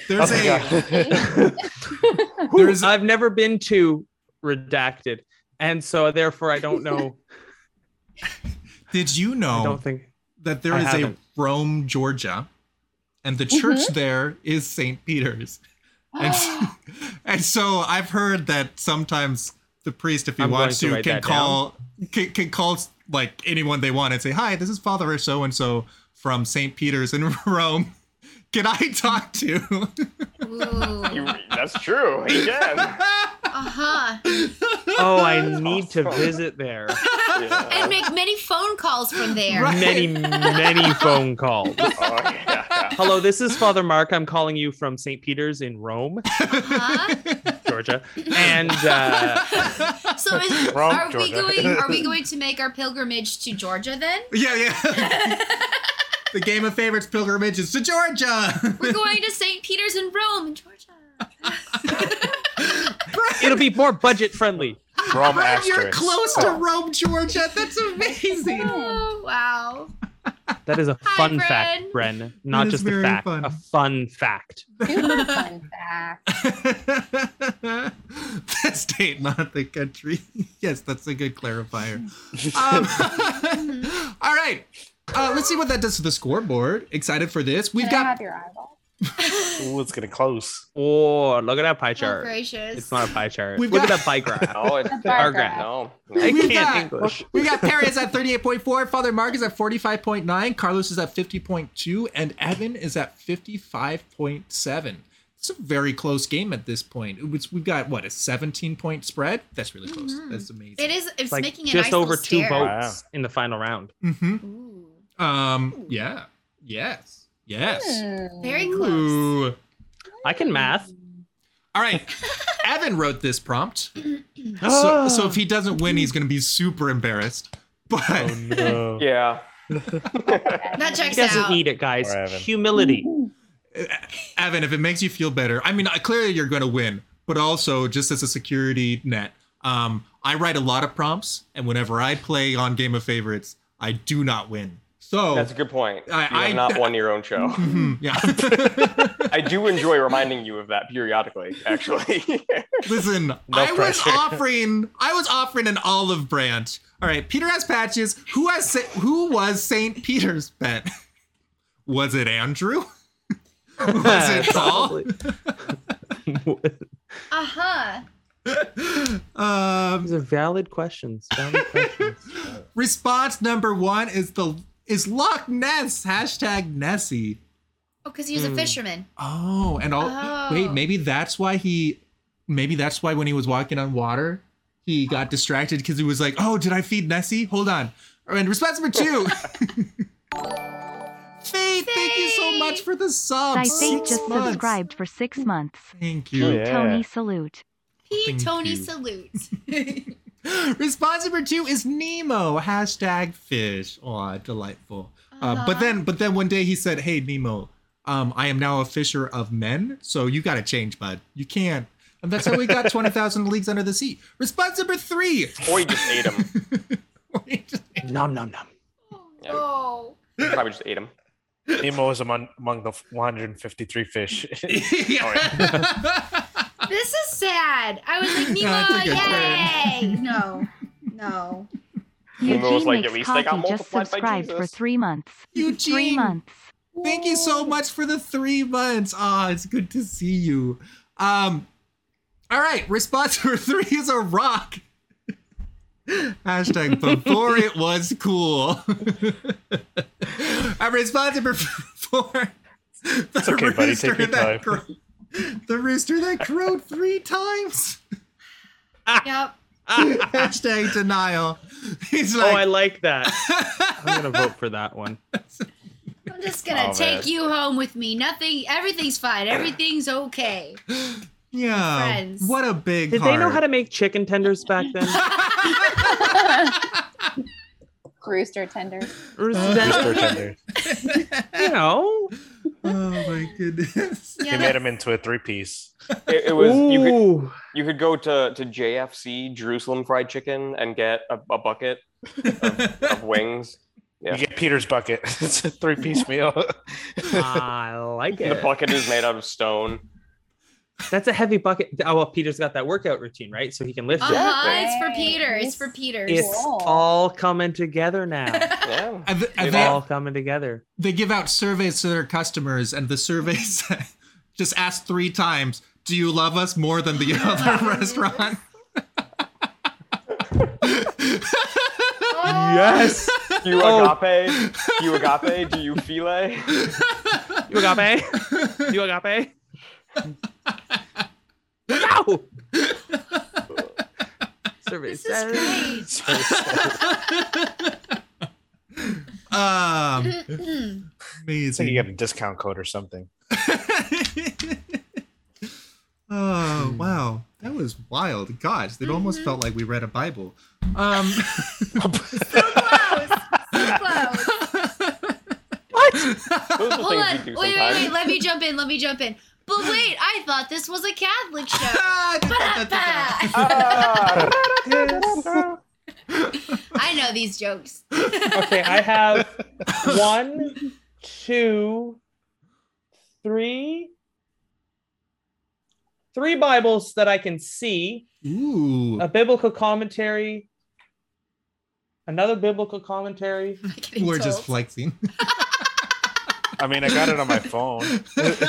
A: <gasps> There's
D: Oh my
F: <laughs>
A: a
D: God.
A: there's
F: I've never been to redacted, and so therefore I don't <laughs> know.
A: did you
F: I
A: know
F: don't think.
A: that there
F: I
A: is a
F: haven't.
A: Rome, Georgia, and the
D: Mm-hmm.
A: church there is St. Peter's.
D: <gasps>
A: And <laughs> so, and so I've heard that sometimes the priest, if he
F: I'm
A: wants
F: going to
A: to,
F: write
A: can
F: that
A: call can, can call like anyone they want and say, "Hi, this is Father so and so from St. Peter's in <laughs> Rome. Can I talk to?"
B: Ooh.
C: You- that's true. He can.
B: Uh-huh.
F: Oh, <laughs> I need to
C: awesome.
F: visit there.
C: Yeah.
B: And make many phone calls from there.
A: Right.
F: Many, many phone calls.
C: Oh, yeah.
F: Hello, this is Father Mark. I'm calling you from St. Peter's in Rome,
B: Uh-huh.
F: Georgia. And uh,
B: So is,
D: Wrong,
B: are we
D: Georgia.
B: going are we going to make our pilgrimage to Georgia
A: <laughs>
B: then?
A: <laughs> yeah, yeah. the game of favorites pilgrimage is to
D: <laughs>
A: Georgia.
B: We're going to St. Peter's in Rome in Georgia.
A: <laughs>
F: it'll be more budget friendly.
D: Rome
A: Brad, <laughs> you're
D: asterisk.
A: close to Rome, Georgia.
D: <laughs>
A: That's amazing.
B: Oh
F: <laughs>
B: wow.
F: That is a
B: Hi,
F: fun
B: Bren.
F: fact, Bren. Not
A: is
F: just
A: very
F: a fact,
A: fun.
F: a fun fact.
E: Oh,
A: <laughs>
E: Super fun fact.
A: the state, not the country. <laughs> Yes, that's a good clarifier. Um, <laughs> all right. Uh, let's see what that does to the scoreboard. Excited for this. We've
E: Can I
A: got
E: have your eyeball?
D: Ooh, it's getting close.
F: <laughs> Oh, look at that pie
B: Oh,
F: chart.
B: gracious.
F: it's not a pie chart.
A: We've
F: Look at
A: got-
F: that
A: <laughs>
F: pie graph.
C: No, it's <laughs>
E: bar
F: Our
E: graph.
C: no.
F: I
A: We've
F: can't
A: got-
F: English.
A: we got Perry is at 38.4, Father Mark is at 45.9, Carlos is at 50.2, and Evan is at 55.7. It's a very close game at this point. It was- we've got what a 17 point spread. That's really close.
B: Mhm.
A: That's amazing.
B: It is it's
F: Like
B: making a
F: just
B: nice
F: over
B: little
F: two
B: stair.
F: votes
D: Wow.
F: in the final round.
A: hmm
B: Ooh.
A: Um. Yeah. Yes. Yes.
E: Hmm.
B: Very close.
A: Ooh.
F: I can math.
A: All right. <laughs> Evan wrote this prompt. <gasps> So, so if he doesn't win, he's going to be super embarrassed. But
D: Oh, No.
C: Yeah.
B: That
F: he
B: checks
F: doesn't
B: out.
F: need it, guys.
D: Or Evan.
F: Humility. <laughs>
E: <laughs>
A: <laughs> Evan, if it makes you feel better, I mean, I- clearly you're going to win, but also just as a security net, um, I write a lot of prompts, and whenever I play on Game of Favorites, I do not win. So
C: That's a good point.
A: I-
C: you have
A: I- <laughs>
C: not won your own show.
A: Mhm, yeah. <laughs>
C: I do enjoy reminding you of that periodically, actually. <laughs>
A: Listen, I
D: pressure.
A: was offering I was offering an olive branch. All right, Peter has patches. Who has Sa- who was St. Peter's pet? <laughs> Was it Andrew? <laughs> was
F: <laughs>
A: it Paul?
F: Probably.
A: <laughs>
B: Uh-huh.
A: Um, <laughs>
F: These are valid questions. Valid questions.
A: response number one is the is Loch Ness hashtag Nessie.
B: Oh, because he was a
F: Mm.
B: fisherman.
A: Oh, and all
B: Oh.
A: wait, maybe that's why he maybe that's why when he was walking on water, he got distracted because he was like, Oh, did I feed Nessie? Hold on. And response number two. <laughs> Faith, thank you so much for the sub.
H: Thy
A: Six
H: Fate just
A: months.
H: subscribed for six months.
A: Thank
H: P.
A: you.
D: Yeah.
H: Tony salute.
B: P.
A: Thank
B: Tony
A: you.
B: salute.
A: <laughs> Response number two is Nemo hashtag fish. Oh, delightful. Uh,
B: Uh-huh.
A: but then, but then one day he said, "Hey Nemo, um, I am now a fisher of men, so you got to change, bud. You can't. And that's how we got 20,000 Leagues Under the Sea. Response number three. <laughs>
C: Or you just ate him.
F: Nom nom nom.
B: Uh-huh.
C: Yeah.
I: Oh.
C: You probably just ate him.
D: Nemo is among, among the 153 fish. <laughs>
B: This is sad. I was like,
A: I took a
B: Nemo, yay! No, no.
C: Nemo
H: Eugene
C: was like, "At
H: makes
C: least I got
H: coffee just
C: multiplied by
H: subscribed for
C: Jesus."
H: three months. Three
A: Eugene.
H: months.
A: Thank you so much for the three months. Ah, it's good to see you. Um, all right, response <laughs> number three is a rock. <laughs> Hashtag before it was cool. <laughs> and response number four. <laughs> The
D: okay, buddy, take your time.
A: that cro- the rooster that crowed
F: <laughs>
A: three times.
B: Yep.
A: Hashtag denial. He's
F: Oh, I
A: Ah. <laughs> like,
F: like that. I'm gonna vote for that one.
B: I'm just gonna
D: Oh,
B: take
D: man.
B: you home with me. Nothing. Everything's fine. Everything's okay.
A: <laughs> yeah,
B: friends.
A: what a big.
F: Did they know
A: heart.
F: how to make chicken tenders back then?
A: <laughs>
E: Rooster tender.
F: Or is
D: Rooster
F: that,
D: tender.
F: you know?
A: Oh my goodness.
B: Yeah,
D: They
B: that's-
D: made him into a three piece.
C: It, it was you could
F: Ooh.
C: you could go to to JFC Jerusalem Fried Chicken and get a, a bucket
A: <laughs>
C: of wings. Yeah.
D: You get Peter's bucket. <laughs> it's a three piece meal. <laughs>
F: I like
C: The
F: it.
C: bucket is made out of stone.
B: <laughs>
F: That's a heavy bucket. Oh well, Peter's got that workout routine, right? So he can lift
B: Uh
F: it.
B: huh. It's for
E: Right.
B: Peter. It's
E: Yes.
B: for Peter.
F: It's
E: Cool.
F: all coming together
B: <laughs>
F: now.
C: Yeah.
A: And th- and
F: It's
A: they-
F: all coming together.
A: they give out surveys to their customers, and the surveys <laughs> just ask three times, "Do you love us more than the other restaurant?" <laughs>
F: Yes.
C: You
F: Oh.
C: agape,
F: <laughs>
C: you agape, do you filet?
F: You agape? You agape? No. Survey
B: This
F: says-
B: is
A: Um,
B: great. Hmm.
D: I think
A: amazing. <laughs>
D: you get a discount code or something.
A: oh wow, that was wild. Gosh, it almost felt like we read a Bible. Um, <laughs>
B: Close. So close.
C: Those are
B: Hold
C: things
B: on.
C: you do
B: Wait,
C: sometimes.
B: wait, wait. Let me jump in. Let me jump in. But wait, I thought this was a Catholic
A: <laughs>
B: show. <laughs>
A: I
C: Ah,
B: I know these jokes. <laughs>
F: Okay, I have one, two, three, three Bibles that I can see,
A: Ooh,
F: a biblical commentary, another biblical commentary.
B: I'm not getting
A: we're just
B: told.
D: <laughs>
A: flexing.
D: I mean, I got it on my
A: <laughs>
D: phone.
A: That's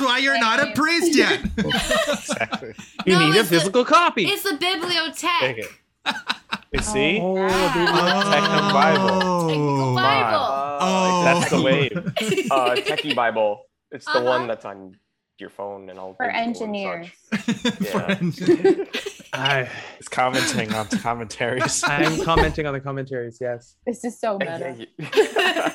A: why you're not a priest yet.
D: Exactly.
F: You
B: No,
F: need a
B: it's the-
F: physical copy.
B: It's a
D: Take
B: bibliotech.
D: it. You see?
F: Oh,
B: Ah.
F: Ah.
D: Techno
B: Technical
D: Bible. my.
B: Bible.
A: Oh.
D: That's the
F: <laughs>
D: wave.
C: uh, techie Bible. It's the
B: Uh-huh.
C: one that's on your phone and all
E: For
C: digital and such.
E: engineers.
A: <laughs>
C: Yeah.
F: I,
D: It's commenting on commentaries.
F: I'm commenting on the commentaries, yes.
E: This is so
C: Yeah,
E: meta.
C: yeah.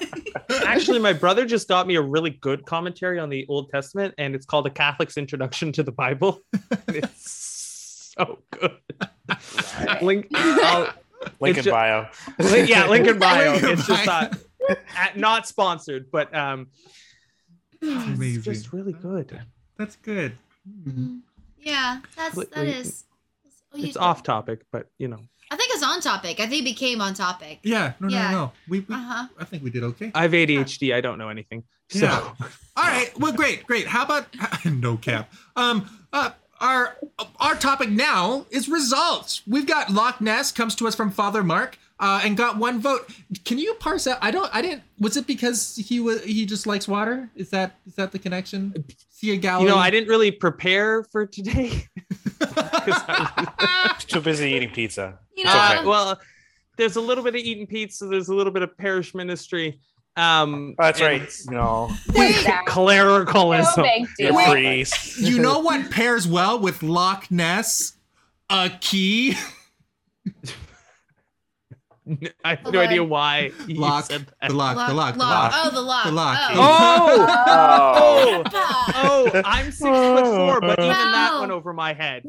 F: Actually, my brother just got me a really good commentary on the Old Testament, and it's called A Catholic's Introduction to the Bible. <laughs> it's so good. Link, I'll- It's
D: Link in
F: ju-
D: bio.
F: Lin- yeah, Lincoln Bio.
A: Lincoln
F: it's just
A: Bio.
F: not, at- not sponsored, but um, it's
A: Amazing.
F: just really good.
A: That's good.
B: Mm-hmm. Yeah, that's
F: Wait,
B: that
F: wait,
B: is. Oh, you-
F: It's off topic, but you know,
B: I think it's on topic. I think it became on topic.
A: Yeah. No,
B: Yeah.
A: no, no. We, we
B: Uh huh.
A: I think we did okay.
F: I have ADHD. I don't know anything. So
A: Yeah. All right. Well, great, great. How about <laughs> no cap? Um, uh, our our topic now is results. We've got Loch Ness comes to us from Father Mark, uh, and got one vote. Can you parse out? I don't. I didn't. Was it because he was he just likes water? Is that is that the connection? See a gallery.
F: you know, I didn't really prepare for today. 'Cause I-
D: Too busy eating pizza.
B: You know,
F: <laughs> uh,
D: okay.
F: well, there's a little bit of eating pizza. There's a little bit of parish ministry. Um,
D: Oh, that's
F: and
D: right. You know,
E: Exactly. No
F: Clericalism.
E: big
D: the
E: deal.
D: priest.
A: you know what pairs well with Loch Ness? A key.
F: <laughs> I have
B: Hold
F: no
B: on.
F: idea why he
A: Lock.
F: said
A: The
F: that.
A: lock. The lock. The lock.
B: lock. Oh, the lock.
A: The lock.
B: Oh.
F: Oh,
C: Oh,
F: oh,
B: Bah.
F: oh! I'm six foot four,
A: Uh,
F: but even that
B: Wow.
F: went over my head.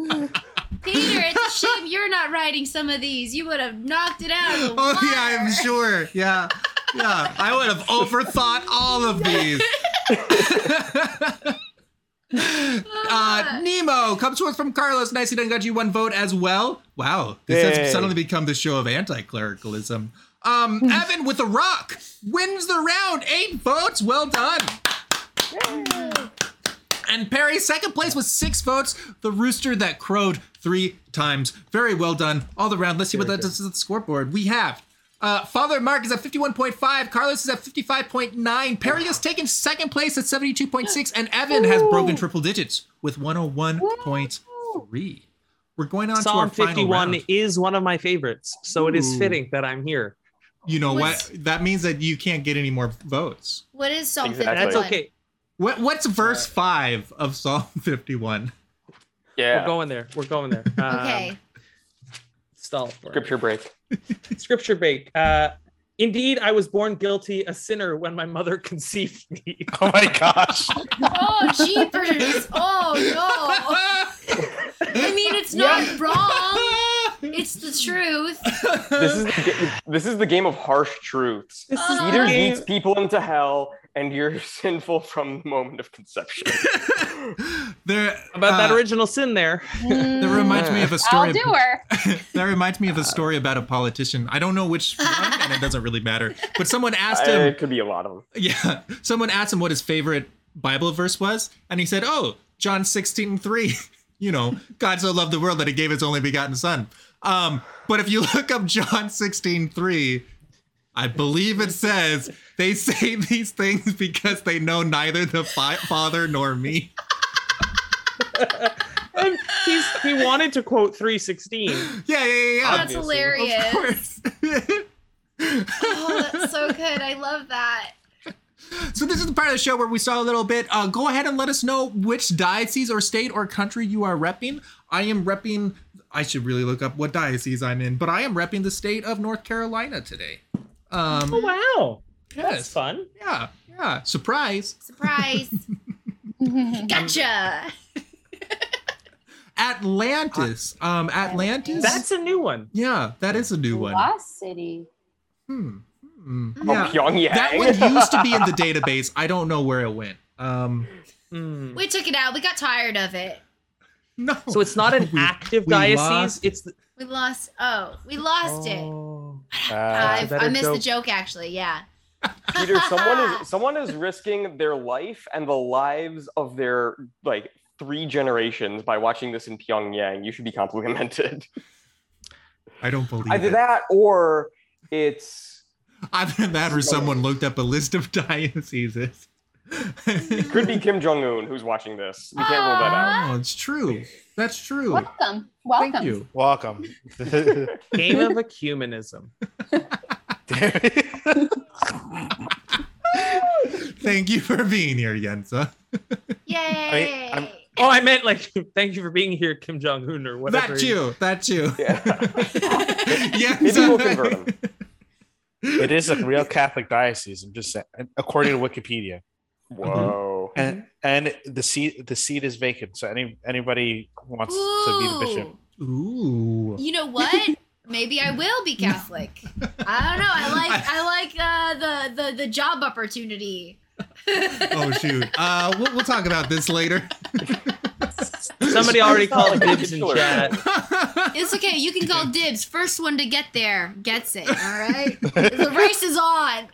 B: Peter, it's a shame you're not writing some of these. You would have knocked it out of the
A: <laughs> Oh
B: water.
A: yeah, I'm sure. Yeah. Yeah. I would have overthought all of these. <laughs>
B: <laughs>
A: Uh, Nemo comes forth from Carlos. Nicely done. Got you one vote as well. Wow. This
D: Yay.
A: has suddenly become the show of anti clericalism. Um, Evan with a rock wins the round. Eight votes. Well done. And Perry, second place with six votes. The rooster that crowed three times. Very well done all the round. Let's see what that does to the scoreboard. We have uh, Father Mark is at 51.5. Carlos is at 55.9. Perry has taken second place at 72.6. And Evan has broken triple digits with 101.3. We're going on to our
F: Psalm
A: final
F: 51
A: round.
F: is one of my favorites, so it is
A: Ooh.
F: fitting that I'm here.
A: You know
B: Was-
A: what? That means that you can't get any more votes.
B: What is Psalm
C: Exactly.
F: That's
B: 51?
F: okay.
A: What, what's verse 5 of Psalm 51?
F: We're
C: Yeah.
F: going there. We're going there. Um,
B: Okay.
F: Stall. for it. <laughs>
C: Scripture break.
F: Scripture break. Uh, Indeed, I was born guilty, a sinner, when my mother <laughs> conceived me.
D: Oh my gosh.
B: Oh,
A: <laughs>
B: jeepers. Oh, no. I mean, it's not wrong.
F: <laughs>
B: It's the truth.
C: This is the ga- this is the game of harsh truths.
F: This
B: is the
C: Peter
F: game-
C: leads people into hell, and you're <laughs> sinful from the moment of conception.
A: there,
F: About that
A: uh,
F: original sin there.
A: That reminds me of a story.
E: I'll do her.
A: <laughs> that reminds me of a story about a politician. I don't know which one, and it doesn't really matter. But someone asked
C: Uh,
A: him,
C: it could be a lot of them.
A: yeah, someone asked him what his favorite Bible verse was, and he said, "Oh, John sixteen three. <laughs> You know, God so loved the world that he gave his only begotten Son." Um, but if you <laughs> look up John sixteen three, I believe it says they say <laughs> these things because they know neither the fi- Father nor me. <laughs>
F: And he's, he wanted to quote
A: <gasps>
F: 316.
A: Yeah, yeah, yeah, yeah.
B: That's hilarious.
A: Of course.
B: Oh, that's so good. I love that.
A: So this is the part of the show where we saw a little bit. Uh, go ahead and let us know which diocese or state or country you are repping. I am repping. I should really look up what diocese I'm in, but I am repping the state of North Carolina today. Um,
F: Oh, wow. That's
A: yes,
F: fun.
A: yeah, yeah. Surprise
F: <laughs>
B: Surprise.
E: <laughs>
B: Gotcha.
A: Atlantis. Um, Atlantis.
F: That's a new one.
A: yeah, that is a <laughs> new one.
E: Lost City.
A: Hmm. Hmm.
C: Oh,
A: Yeah,
C: Pyongyang.
A: that one used to be in the
F: <laughs>
A: database. I don't know where it went. Um,
F: Mm.
B: We took it out. We got tired of it.
A: no.
F: So it's not an
A: <laughs> We-
F: active
A: we
F: diocese.
A: lost-
F: It's the,
B: We lost. Oh, we lost it.
F: Oh.
D: Uh,
B: I,
F: better
B: I missed the
F: joke.
B: joke, actually. Yeah.
C: Peter, someone is someone is risking their life and the lives of their like three generations by watching this in Pyongyang. You should be complimented.
A: I don't believe
C: <laughs> Either
A: it.
C: that or it's
A: Either that or someone looked up a list of <laughs> dioceses.
C: it could be Kim Jong Un who's watching this. We can't rule that out.
A: oh, it's true. That's true.
E: Welcome. Welcome.
A: Thank you.
D: Welcome. <laughs> Damn
F: Game of ecumenism.
B: <laughs>
D: it.
A: <laughs> Thank you for being here, Yensa.
B: Yay.
D: I'm-
F: Oh, I meant like, thank you for being here, Kim Jong Un, or whatever.
A: That you. That you. <laughs>
C: Yeah.
A: Yensa.
C: Maybe we'll convert him.
D: It is a real Catholic diocese. I'm just saying, according to Wikipedia,
C: Whoa.
D: and and the seat the seat is vacant. So any anybody who wants to be the bishop.
A: <laughs>
B: Ooh.
A: Ooh.
B: You know what? Maybe I will be Catholic. I don't know. I like I like uh, the the the job opportunity. <laughs>
A: Oh shoot. Uh, we'll, we'll talk about this later.
F: Somebody
A: <laughs>
F: already called dibs in
C: Sure.
F: chat.
B: It's okay. You can call dibs. First one to get there gets it. All <laughs> right. The race is on.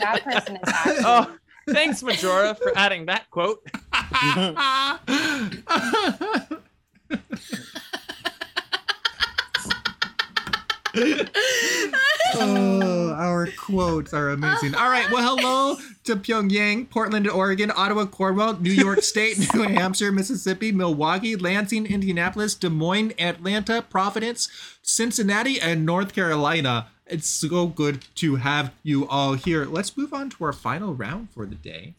E: That person is
A: <laughs>
F: Oh,
E: awesome.
F: thanks, Majora, for adding that quote.
A: oh, our quotes are amazing. All right. Well, hello to Pyongyang, Portland, Oregon, Ottawa, Cornwall, New York State, <laughs> New Hampshire, Mississippi, Milwaukee, Lansing, Indianapolis, Des Moines, Atlanta, Providence, Cincinnati, and North Carolina. It's so good to have you all here. Let's move on to our final round for the day.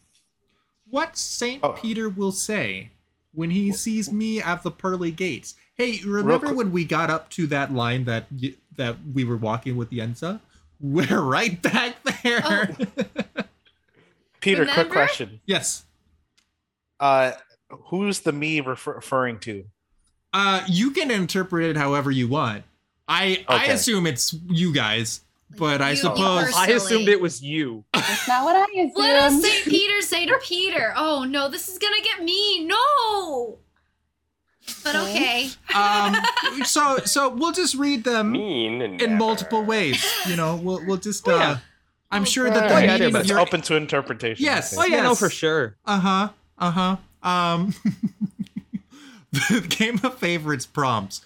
A: What St.
D: Oh.
A: Peter will say when he sees me at the pearly gates. Hey, remember
D: quick-
A: when we got up to that line that y- that we were walking with Yensa? <laughs> We're right back there.
D: Peter, quick
B: Remember?
D: question.
A: <laughs> yes.
D: Uh, who's the me refer- referring to?
A: Uh, you can interpret it however you want. I I
D: Okay.
A: assume it's you guys, But I
B: you- you
A: suppose
B: personally.
F: I assumed it was you.
E: That's not what I
B: What does
E: assumed.
B: St. Peter say to Peter? Oh no, this is gonna get me. No. But okay.
A: um, so so we'll just read them
C: mean and
A: in
C: never.
A: multiple ways. You know, we'll we'll just. Uh,
F: Oh, yeah.
A: I'm
E: Oh,
A: sure
E: sure.
A: that
E: Oh,
A: the
E: yeah,
A: meaning
D: That's
A: of your
D: open to interpretation. I
A: Yes.
D: think.
F: Oh yeah, no,
A: Yes.
F: for <laughs> sure.
A: Uh huh. Uh huh. Um, <laughs> the game of favorites prompts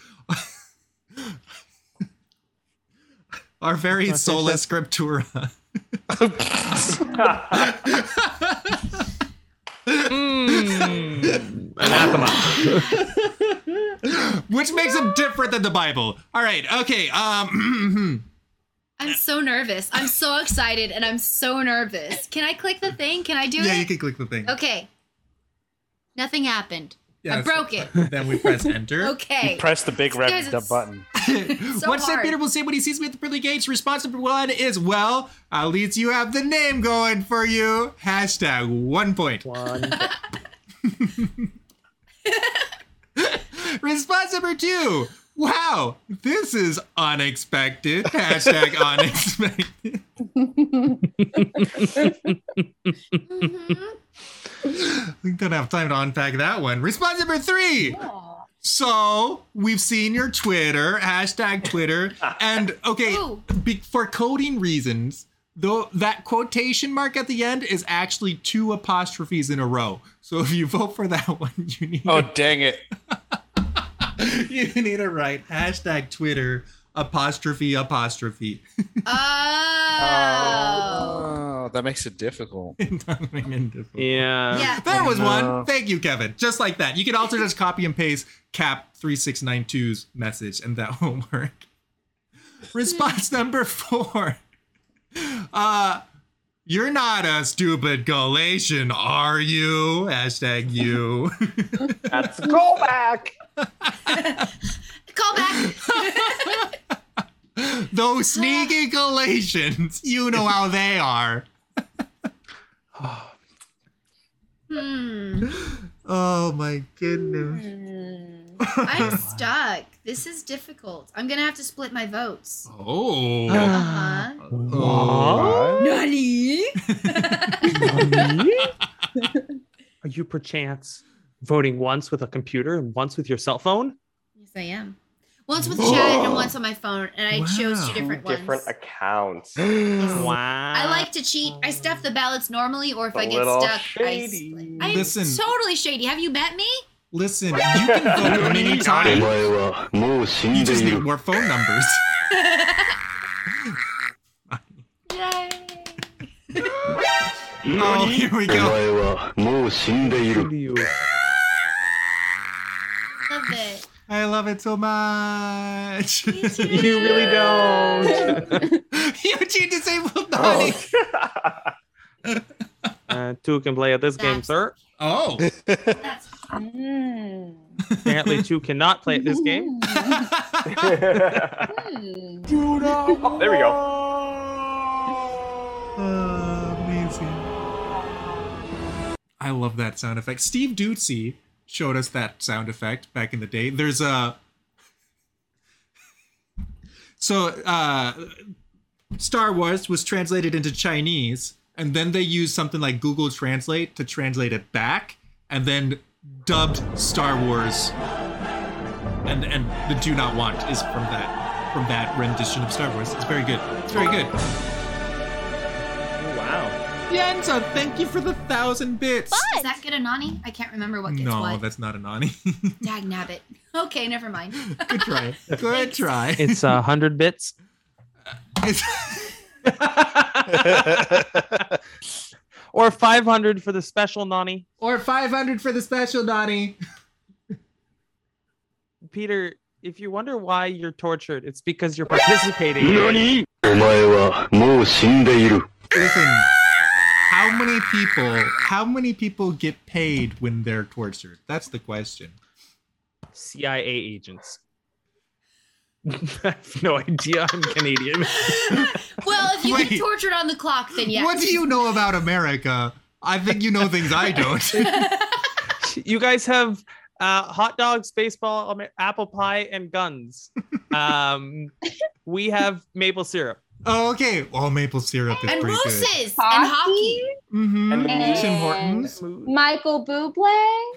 A: <laughs> are very sola scriptura. <laughs>
F: Hmm. Mm, anathema.
A: Which makes them different than the Bible. All right. Okay. Um. <clears throat>
B: I'm so nervous. I'm so excited and I'm so nervous. Can I click the thing? Can I do
A: yeah,
B: it?
A: you can click the thing.
B: Okay. Nothing happened.
A: Yes.
B: I broke it.
A: Then we press enter.
B: <laughs> Okay.
D: Press the big red
B: Guys,
D: the
B: it's-
D: button.
A: <laughs>
B: So
A: What St.
B: hard.
A: Peter will say when he sees me at the pearly gates? Response number one is, well, at least you have the name going for you. Hashtag one point. <laughs>
F: One.
A: Response number two. Wow, this is unexpected.
B: <laughs>
A: Hashtag unexpected.
B: Mm-hmm. Mhm.
A: <laughs> We don't have time to unpack that one. Response number three.
E: Oh.
A: So we've seen your Twitter, hashtag Twitter. And okay, <laughs>
B: Ooh.
A: be, for coding reasons, though that quotation mark at the end is actually two apostrophes in a row. So if you vote for that <laughs> one, you need
D: Oh dang it!
A: you need to write hashtag Twitter apostrophe apostrophe. <laughs>
B: Oh.
D: Oh, that makes it difficult.
F: Yeah.
B: Yeah.
A: There was
D: No.
A: one. Thank you, Kevin. Just like that. You can also just copy and paste cap 3692's message and that <laughs> won't work. Response number four. Uh you're not a stupid Galatian, are you? Hashtag you. <laughs>
C: Let's go back.
A: <laughs>
B: Call back.
A: Those sneaky Galatians, you know how they are.
B: Hmm.
A: Oh my goodness.
E: Mm.
B: I'm stuck. This is difficult. I'm gonna have to split my votes.
A: Oh.
B: Uh-huh.
F: Aw.
B: Nani?
F: Are you perchance voting once with a computer and once with your cell phone?
B: Yes, I am. Once with the chat and once on my phone, and I chose
A: Wow.
B: two different ones.
C: Different
A: <gasps>
C: accounts.
F: Wow.
B: I
F: Uh,
B: like to cheat. I stuff the ballots normally, or if
C: A
B: I get
C: little
B: stuck,
C: shady.
B: I split. I'm
A: Listen.
B: totally shady. Have you met me?
A: Listen, you can vote many times.
G: お <laughs> 前はもう死ん
A: You
G: で
A: just
G: い
A: need
G: る。
A: more phone numbers.
B: Yay.
A: Oh, here we
G: お前
A: go.
G: はもう死んでいる。
B: <laughs>
F: you.
B: Love it.
A: I love it so much. <laughs>
F: You really don't.
B: <laughs>
A: Eugene disabled Nani.
F: Uh, two can play at this game, sir.
A: Oh.
B: That's
E: Mm.
F: Apparently, two cannot play at this game.
A: <laughs>
E: Mm.
C: Oh, there we go.
A: Uh, Amazing. I love that sound effect. Steve Dootsy showed us that sound effect back in the day. There's a so uh, Star Wars was translated into Chinese, and then they used something like Google Translate to translate it back, and then dubbed Star Wars. And and the Do Not Want is from that from that rendition of Star Wars. It's very good. It's very good.
F: Wow.
A: Yenzo, thank you for the thousand bits.
B: is that good, Anani? I can't remember what gets
A: No,
B: what.
A: that's not Anani.
B: Dag nabbit. <laughs> Okay, never mind.
A: <laughs>
B: <laughs>
A: Good try. Good try.
F: It's a hundred <laughs> bits. or 500 for the special Nani.
A: <laughs> or 500 for the special, Nani.
F: Peter, if you wonder why you're tortured, it's because you're participating.
G: お前はもう死んでいる。
A: Listen, how many people, how many people get paid when they're tortured? That's the question.
F: CIA agents. <laughs> I have no idea. I'm Canadian.
B: well, if you
A: Wait.
B: get tortured on the clock, then yes.
A: What do
B: <laughs>
A: you know about America? I think you know things I don't.
F: <laughs>
A: <laughs>
F: You guys have uh, hot dogs, baseball, Amer- apple pie, and guns. Um, we Um, have maple syrup.
A: Oh, okay. All maple syrup is
B: and
A: pretty good.
B: mooses and hockey.
A: Mm-hmm.
C: And the
E: And-
A: Tim Hortons.
E: Michael Bublé.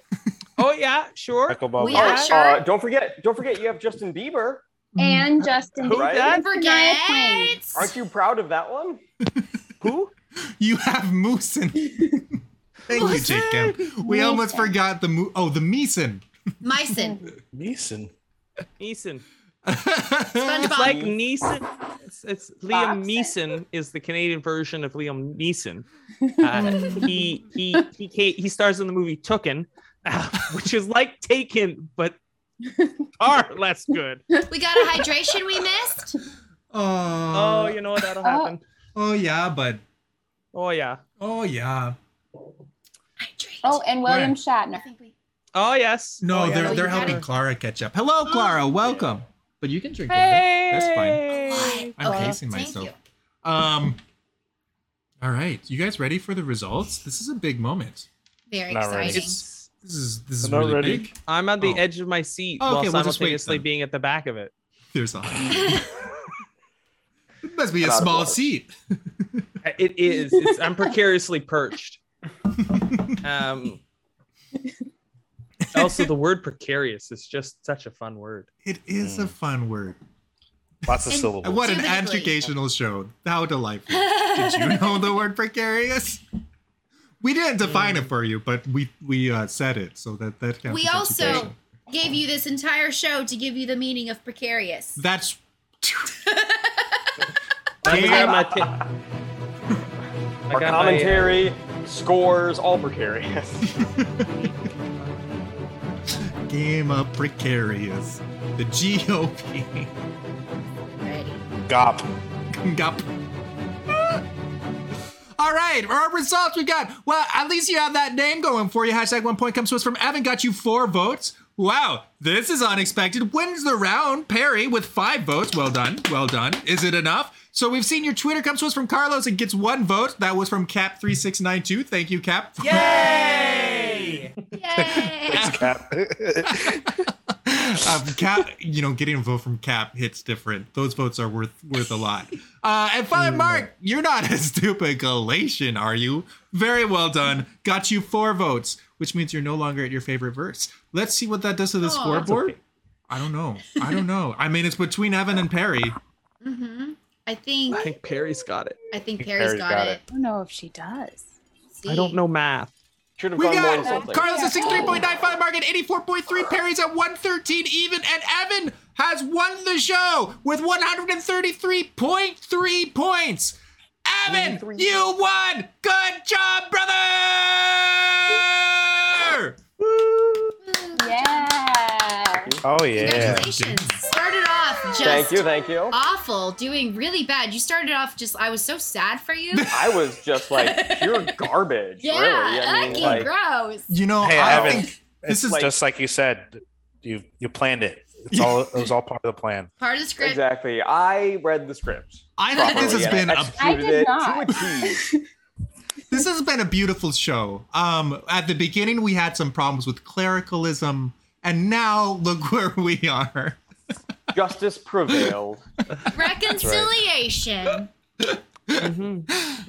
F: Oh yeah, sure.
D: Pickleball.
B: We
D: ball.
B: are sure.
C: Uh, don't forget, don't forget, you have Justin Bieber.
A: Mm.
E: and Justin
F: Who
C: Right?
F: that?
B: Forget.
E: Tonight
C: Aren't you proud of that one?
F: <laughs> Who?
A: You have <laughs> moosin. Thank you, Jake Kemp. We almost
E: Moosin.
A: forgot the mo- oh the meeson.
B: Myson.
D: Mason.
F: Neeson.
A: <laughs>
B: SpongeBob.
F: It's like Neeson. It's, it's Liam
E: Fox.
F: Neeson is the Canadian version of Liam
B: <laughs>
F: Neeson. Uh, he he he ca- he stars in the movie Tooken, uh, <laughs> which is like Taken but
B: <laughs>
F: far less good.
A: Uh,
B: we got a hydration we missed.
A: Oh,
F: Oh, you know what? That'll
E: Oh.
B: uh,
F: happen.
A: oh yeah, bud.
F: Oh yeah.
A: Oh yeah.
B: Hydrate.
E: Oh, and William
A: Where?
B: I
E: Shatner.
B: think we.
F: Oh yes.
A: No,
F: Oh, yeah.
A: they're
B: no,
A: they're
B: you
A: helping
B: gotta- Oh,
A: Clara catch up. Hello, Clara. Welcome. But you can drink water. That's fine.
F: Hey.
A: I'm
B: Oh,
A: casing
B: thank
A: myself.
B: you.
A: Um. All right, you guys ready for the results? This is a big moment.
B: Very
D: Not really.
B: exciting.
F: It's
A: This is this is
D: I'm not
A: really
D: ready.
A: big.
F: I'm on the
A: Oh.
F: edge of my seat
A: Okay,
F: while
A: we'll just wait
F: simultaneously
A: then.
F: being at the back of it.
A: There's a. it must be a
C: Out of
A: small
C: order.
A: seat.
F: It is. It's, I'm precariously perched. Um, also, the word precarious is just such a fun word.
A: It is
D: Mm.
A: a fun word.
D: Lots of
B: And-
D: syllables.
A: What an
B: Typically.
A: educational show. How delightful. Did
B: <laughs>
A: you know the word precarious? We didn't define it for you, but we we uh, said it, so that that counts.
B: We
A: as
B: also-
A: education.
B: Gave you this entire show to give you the meaning of
A: <laughs>
B: precarious.
A: that's
F: I got my t- I
C: Our
F: got my, uh,
C: commentary, scores, all precarious.
A: game of precarious. The GOP
B: Ready.
D: Gop.
A: Gup. All right, our results we got. Well, at least you have that name going for you. Hashtag one point comes to us from Evan. Got you four votes. Wow, this is unexpected. Wins the round. Perry with five votes. Well done. Well done. Is it enough? So we've seen your Twitter comes to us from Carlos and gets one vote. That was from Cap3692. Thank you, Cap.
F: Yay!
B: Yay!
D: Cap.
A: <laughs> um, Cap, you know, getting a vote from Cap hits different. Those votes are worth worth a lot. Uh, and finally, Mark, you're not a <laughs> stupid Galatian, are you? Very well done. Got you four votes, which means you're no longer at your favorite verse. Let's see what that does to the
B: Aw.
A: scoreboard. I don't know. I don't know. I mean, it's between Evan and Perry.
B: hmm I think
F: I think Perry's got it.
B: I think
D: think
B: Perry's
D: Perry's
B: got,
D: got
B: it.
E: I don't know if she does.
F: I don't
B: See?
F: know math.
C: Should have
A: We
C: gone more
A: got
C: insulting.
A: Carlos at 63.95, Mark at 84.3, Perry's at 113 even, and Evan has won the show with 133.3 points. Evan, you won! Good job, brother!
E: Yeah.
D: Oh yeah.
B: Congratulations. Started off just
C: thank you, thank you.
B: awful, doing really bad. You started off just I was so sad for you.
C: I was just like pure garbage,
B: <laughs> yeah,
C: really. I mean,
B: ugly,
C: like,
B: gross.
A: You know,
D: Hey,
A: I
D: Evan.
A: think this is
D: It's just like you said. You you planned it. It's all it was all part of the plan.
B: Part of the script.
C: exactly. I read the script.
A: I think this has
C: properly and
A: been a
E: I
C: executed
E: did
C: it
E: not.
C: to a
E: <laughs>
C: T.
A: this has been a beautiful show. Um, at the beginning we had some problems with clericalism, and now look <laughs> where we are.
C: Justice prevailed.
B: Reconciliation.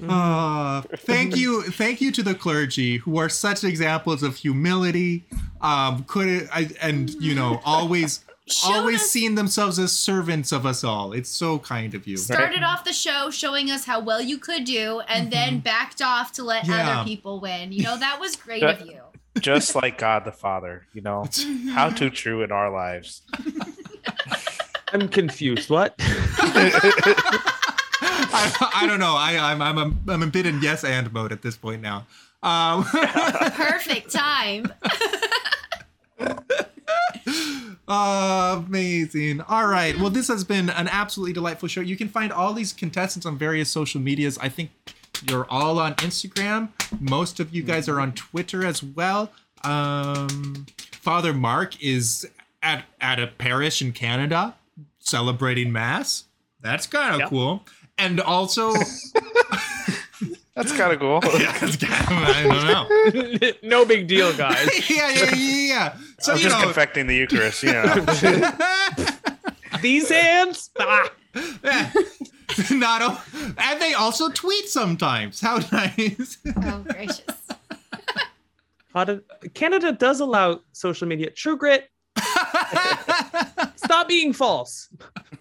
A: Uh, thank you, thank you to the clergy who are such examples of humility. Um, could I, and you know always,
B: Showed
A: always
B: us-
A: seeing themselves as servants of us all. It's so kind of you. <laughs>
B: Started off the show showing us how well you could do and then backed off to let
A: Yeah.
B: other people win. You know, that was great
D: That-
B: of you.
D: Just like God the Father, you know. How too true in our lives.
F: I'm confused. What?
A: I, I don't know. I, I'm I'm a, I'm a bit in yes and mode at this point now. Um, <laughs>
B: Perfect time.
A: Amazing. All right. Well, this has been an absolutely delightful show. You can find all these contestants on various social medias. I think you're all on Instagram. Most of you guys are on Twitter as well. Um, Father Mark is at at a parish in Canada celebrating mass. That's kind of
F: Yep.
A: cool. And also, <laughs>
D: That's kind of cool.
A: yeah, it's kind of, I don't know.
F: <laughs> no big deal, <laughs> guys.
A: yeah, yeah, yeah, yeah. So
D: I'm
A: you
D: just
A: know,
D: confecting
A: <laughs>
D: the <laughs> Eucharist, you know.
F: These hands. Ah.
A: Yeah. <laughs> Not o- and they also tweet sometimes. How <laughs> nice.
B: Oh gracious.
F: Canada, Canada does allow social media. True <laughs> grit. Stop being false.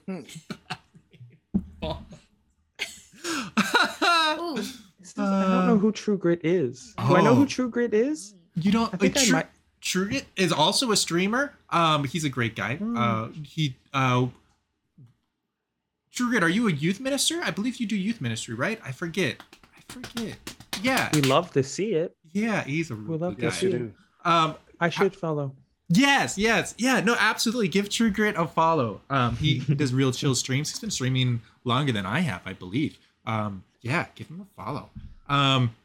B: Ooh.
F: I don't know who True Grit is. Do I know who True Grit is?
A: You don't.
F: I think
A: like,
F: I
A: Tru-
F: might-
A: Truget is also a streamer. Um, he's a great guy.
F: Hmm.
A: Uh, he uh, Truget, are you a youth minister? I believe you do youth ministry, right? I forget. I forget. Yeah,
F: We love to see it.
A: yeah, he's a
F: We
A: real
F: love
A: good
F: to
A: guy.
F: see it.
A: Um,
F: I should follow.
A: yes, yes, yeah, no, absolutely. Give True Grit a follow. Um, <laughs> he does real chill streams. He's been streaming longer than I have, I believe. Um, yeah, give him a follow. Um,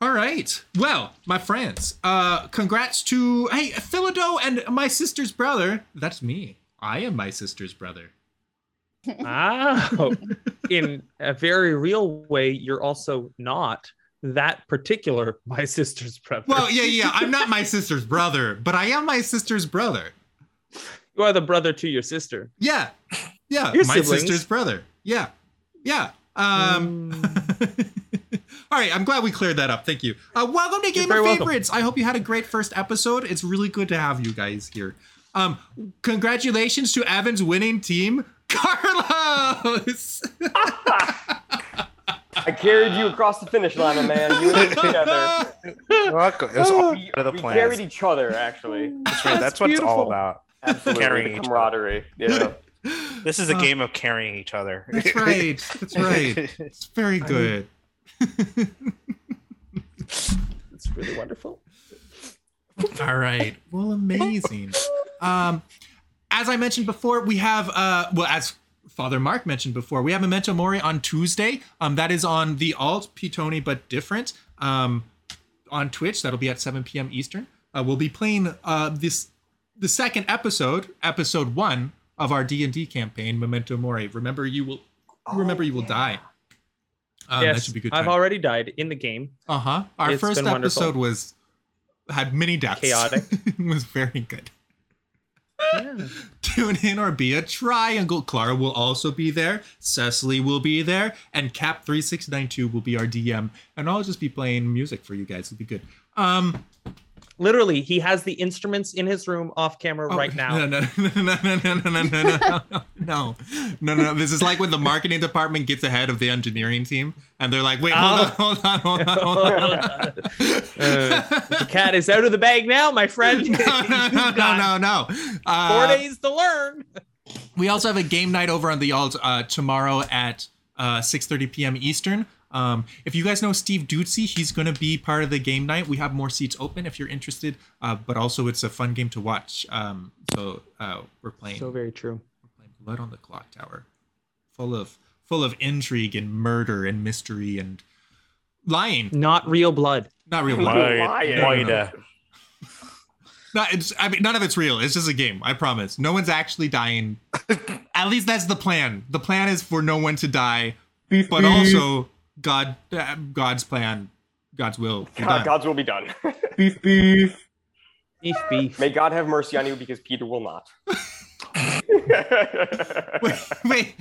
A: all right. Well, my friends, uh, congrats to hey Philido and my sister's brother. That's me. I am my sister's brother.
F: Wow. <laughs> In a very real way, you're also not that particular my sister's brother.
A: Well, yeah, yeah. I'm not my sister's brother, but I am my sister's brother.
F: you are the brother to your sister.
A: Yeah, yeah.
F: Your
A: my
F: siblings.
A: sister's brother. Yeah, yeah. Um.
F: Hmm.
A: <laughs> All right, I'm glad we cleared that up. Thank you. Uh, welcome to Game
F: very
A: of
F: welcome.
A: Favorites. I hope you had a great first episode. It's really good to have you guys here. Um, congratulations to Evan's winning team, <laughs> Carlos.
C: I carried you across the finish line, my man. You and me together.
D: Welcome. It was all
C: We,
D: part of the
C: we
D: plan.
C: carried each other, actually.
D: That's, right. That's what it's all
F: beautiful.
D: about.
C: Absolutely.
D: Carrying
C: the
D: each
C: camaraderie. Yeah.
D: This is a game of carrying each <laughs> other.
A: That's right. That's right. It's very good.
F: It's really wonderful.
A: All right. Well, amazing. Um, as I mentioned before, we have uh, well, as Father Mark mentioned before, we have Memento Mori on Tuesday. Um, that is on the alt Pitoni, but different. Um, on Twitch, that'll be at 7 p.m. Eastern. Uh, we'll be playing uh this the second episode, episode one of our D and D campaign, Memento Mori. Remember, you will remember you will die. Um,
F: yes,
A: that should be a good.
F: I've already died in the game.
A: Uh huh. Our
F: It's
A: first
F: been wonderful.
A: episode was had many deaths.
F: Chaotic.
A: <laughs> it was very good. <laughs> Tune in or be a triangle. Clara will also be there. Cecily will be there, and Cap three six nine two will be our DM. And I'll just be playing music for you guys. It'll be good. Um,
F: Literally, he has the instruments in his room off camera
A: oh,
F: right now.
A: No, no, no, no, no, no, no, no, no, no, no, no, no. This is like when the marketing department gets ahead of the engineering team, and they're like, "Wait, hold on,
F: Ah.
A: hold on, hold on, hold on."
F: <laughs> Uh, the cat is out of the bag now, my
A: <laughs>
F: friend. <laughs>
A: No, no, no, no, no, no.
F: Four
A: Uh,
F: days to learn.
A: we also have a game night over on the alt uh, tomorrow at uh, 6.30 p.m eastern um, if you guys know steve Dutzy, he's going to be part of the game night we have more seats open if you're interested uh, but also it's a fun game to watch um, so uh, we're playing
F: So very true.
A: we're playing blood on the clock tower full of full of intrigue and murder and mystery and lying
F: Not real blood.
A: not
D: <laughs>
A: real blood.
D: Why- why the-
A: No, it's, I mean, none of it's real. It's just a game. I promise. No one's actually
F: <laughs>
A: dying. At least that's the plan. The plan is for no one to die, but also God, uh, God's plan, God's will. be
F: Uh,
C: God,
A: done.
C: God's will be done. <laughs>
F: Beef, beef.
C: May God have mercy on you because Peter will
D: <laughs>
C: not.
A: Wait, <laughs> wait,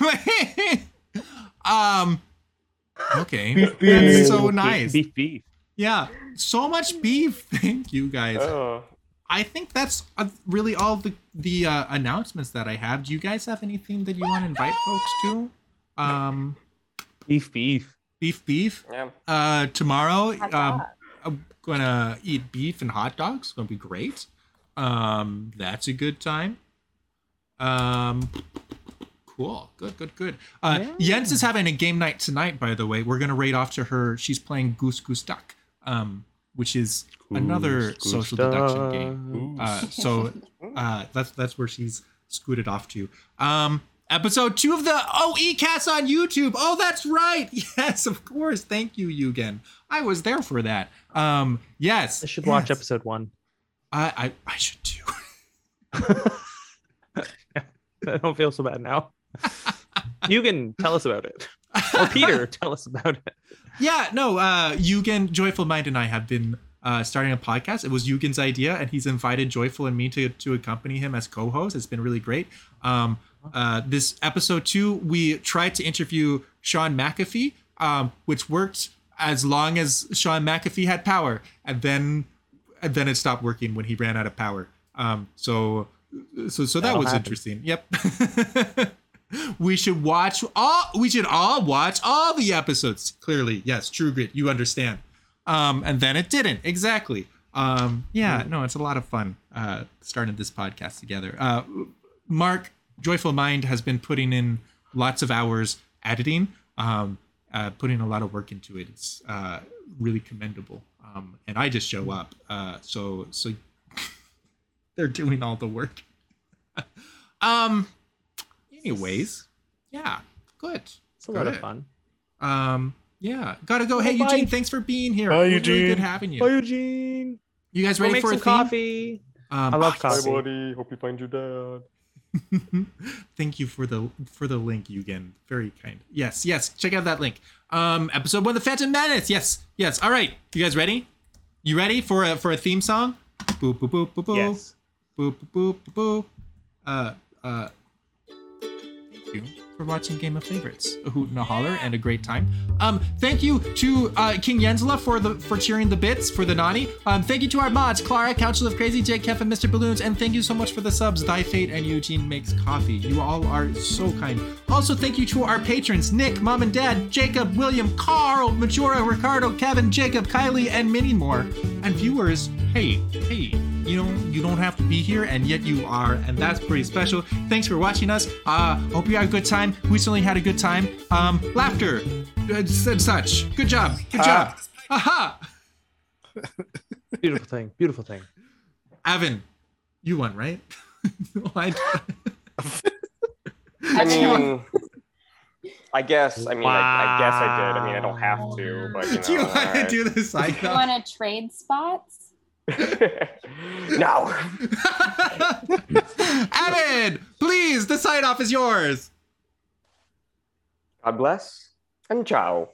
A: wait. <laughs> Um. Okay,
F: Beef,
A: that's so
F: beef,
A: nice.
F: Beef, beef.
A: Yeah, so much beef. <laughs> Thank you guys.
F: Uh.
C: Oh.
A: I think that's uh, really all the the uh, announcements that I have. Do you guys have anything that you want to invite folks to? Um,
F: Beef, beef.
A: beef, beef.
D: Ah,
C: Yeah.
A: Uh, tomorrow,
E: Hot
A: um,
E: dog.
A: I'm gonna eat beef and hot dogs. Gonna be great. Um, that's a good time. Um, cool. Good. Good. Good. Uh, Jens is having a game night tonight. By the way, we're gonna raid off to her. She's playing Goose Goose Duck, um, which is another
F: Goose, goose,
A: social deduction game.
F: duck.
A: Uh, so uh, that's that's where she's scooted off to. Um, episode two of the OE cast on YouTube. Oh, that's right. <laughs> Yes, of course. Thank you, Yugen. I was there for that. Um, yes,
F: I should watch
A: yes.
F: episode one.
A: I, I I should too. <laughs>
F: <laughs> I don't feel so bad now. you can tell us about it. Or Peter, tell us about it.
A: Yeah, no, uh Yugen, Joyful Mind, and I have been uh, starting a podcast. It was Yugen's idea, and he's invited Joyful and me to, to accompany him as co hosts. It's been really great. Um, uh, this episode two, we tried to interview Sean McAfee, um, which worked as long as Sean McAfee had power, and then and then it stopped working when he ran out of power. Um, so so so that
D: That'll
A: was
D: happen.
A: interesting. Yep. <laughs> we should watch all. We should all watch all the episodes. Clearly, yes, True Grit. You understand. Um, and then it didn't exactly. Um, yeah,
D: Hmm.
A: no, it's a lot of fun. Uh, starting this podcast together. Uh, Mark Joyful Mind has been putting in lots of hours editing. Um, uh, putting a lot of work into it. It's uh, really commendable. Um, and I just show up. Uh, so so <laughs> they're doing all the work. <laughs> um. Anyways, yeah, good.
F: It's a lot of
A: Good.
F: fun.
A: Um. Yeah, gotta go. Hey,
F: Bye.
A: Eugene, thanks for being here.
D: Bye,
A: It was really good
D: Eugene.
A: having you.
F: Bye, Eugene.
A: You guys
F: Go
A: ready
F: make
A: for a
F: some
A: theme?
F: coffee.
A: Um,
F: I love
C: Hi,
F: coffee.
C: buddy. Hope you find your dad.
A: <laughs> Thank you for the for the link, Eugen. Very kind. Yes, yes. Check out that link. Um, episode one, the Phantom Menace. Yes, yes. All right, you guys ready? You ready for a for a theme song? Boop boop boop boop boop.
F: Yes.
A: Boop boop boop boop. boop. Uh uh. Thank you for watching Game of Favorites. A hoot and a holler and a great time. Um, thank you to uh, King Yenzla for the for cheering the bits for the nani. Um, thank you to our mods Clara, Council of Crazy, Jake, Kef, and Mr. Balloons, and thank you so much for the subs. Thy Fate and Eugene makes coffee. You all are so kind. Also, thank you to our patrons Nick, Mom and Dad, Jacob, William, Carl, Majora, Ricardo, Kevin, Jacob, Kylie, and many more. And viewers, hey, hey, you don't you don't have to be here and yet you are and that's pretty special thanks for watching us uh hope you had a good time we certainly had a good time um laughter and such good job good job aha
F: Beautiful thing. Beautiful thing.
A: Avin you won right <laughs> No, I- <laughs>
C: I mean, I guess. I mean, I, I guess I did. I mean, I don't have
F: Wow.
C: to, but
D: <laughs>
A: do <laughs>
C: you
A: you
C: know.
A: want to do this like <laughs>
E: You want to trade spots?
C: <laughs> alright. no.
A: Avin please the sign off is yours
C: God bless and ciao.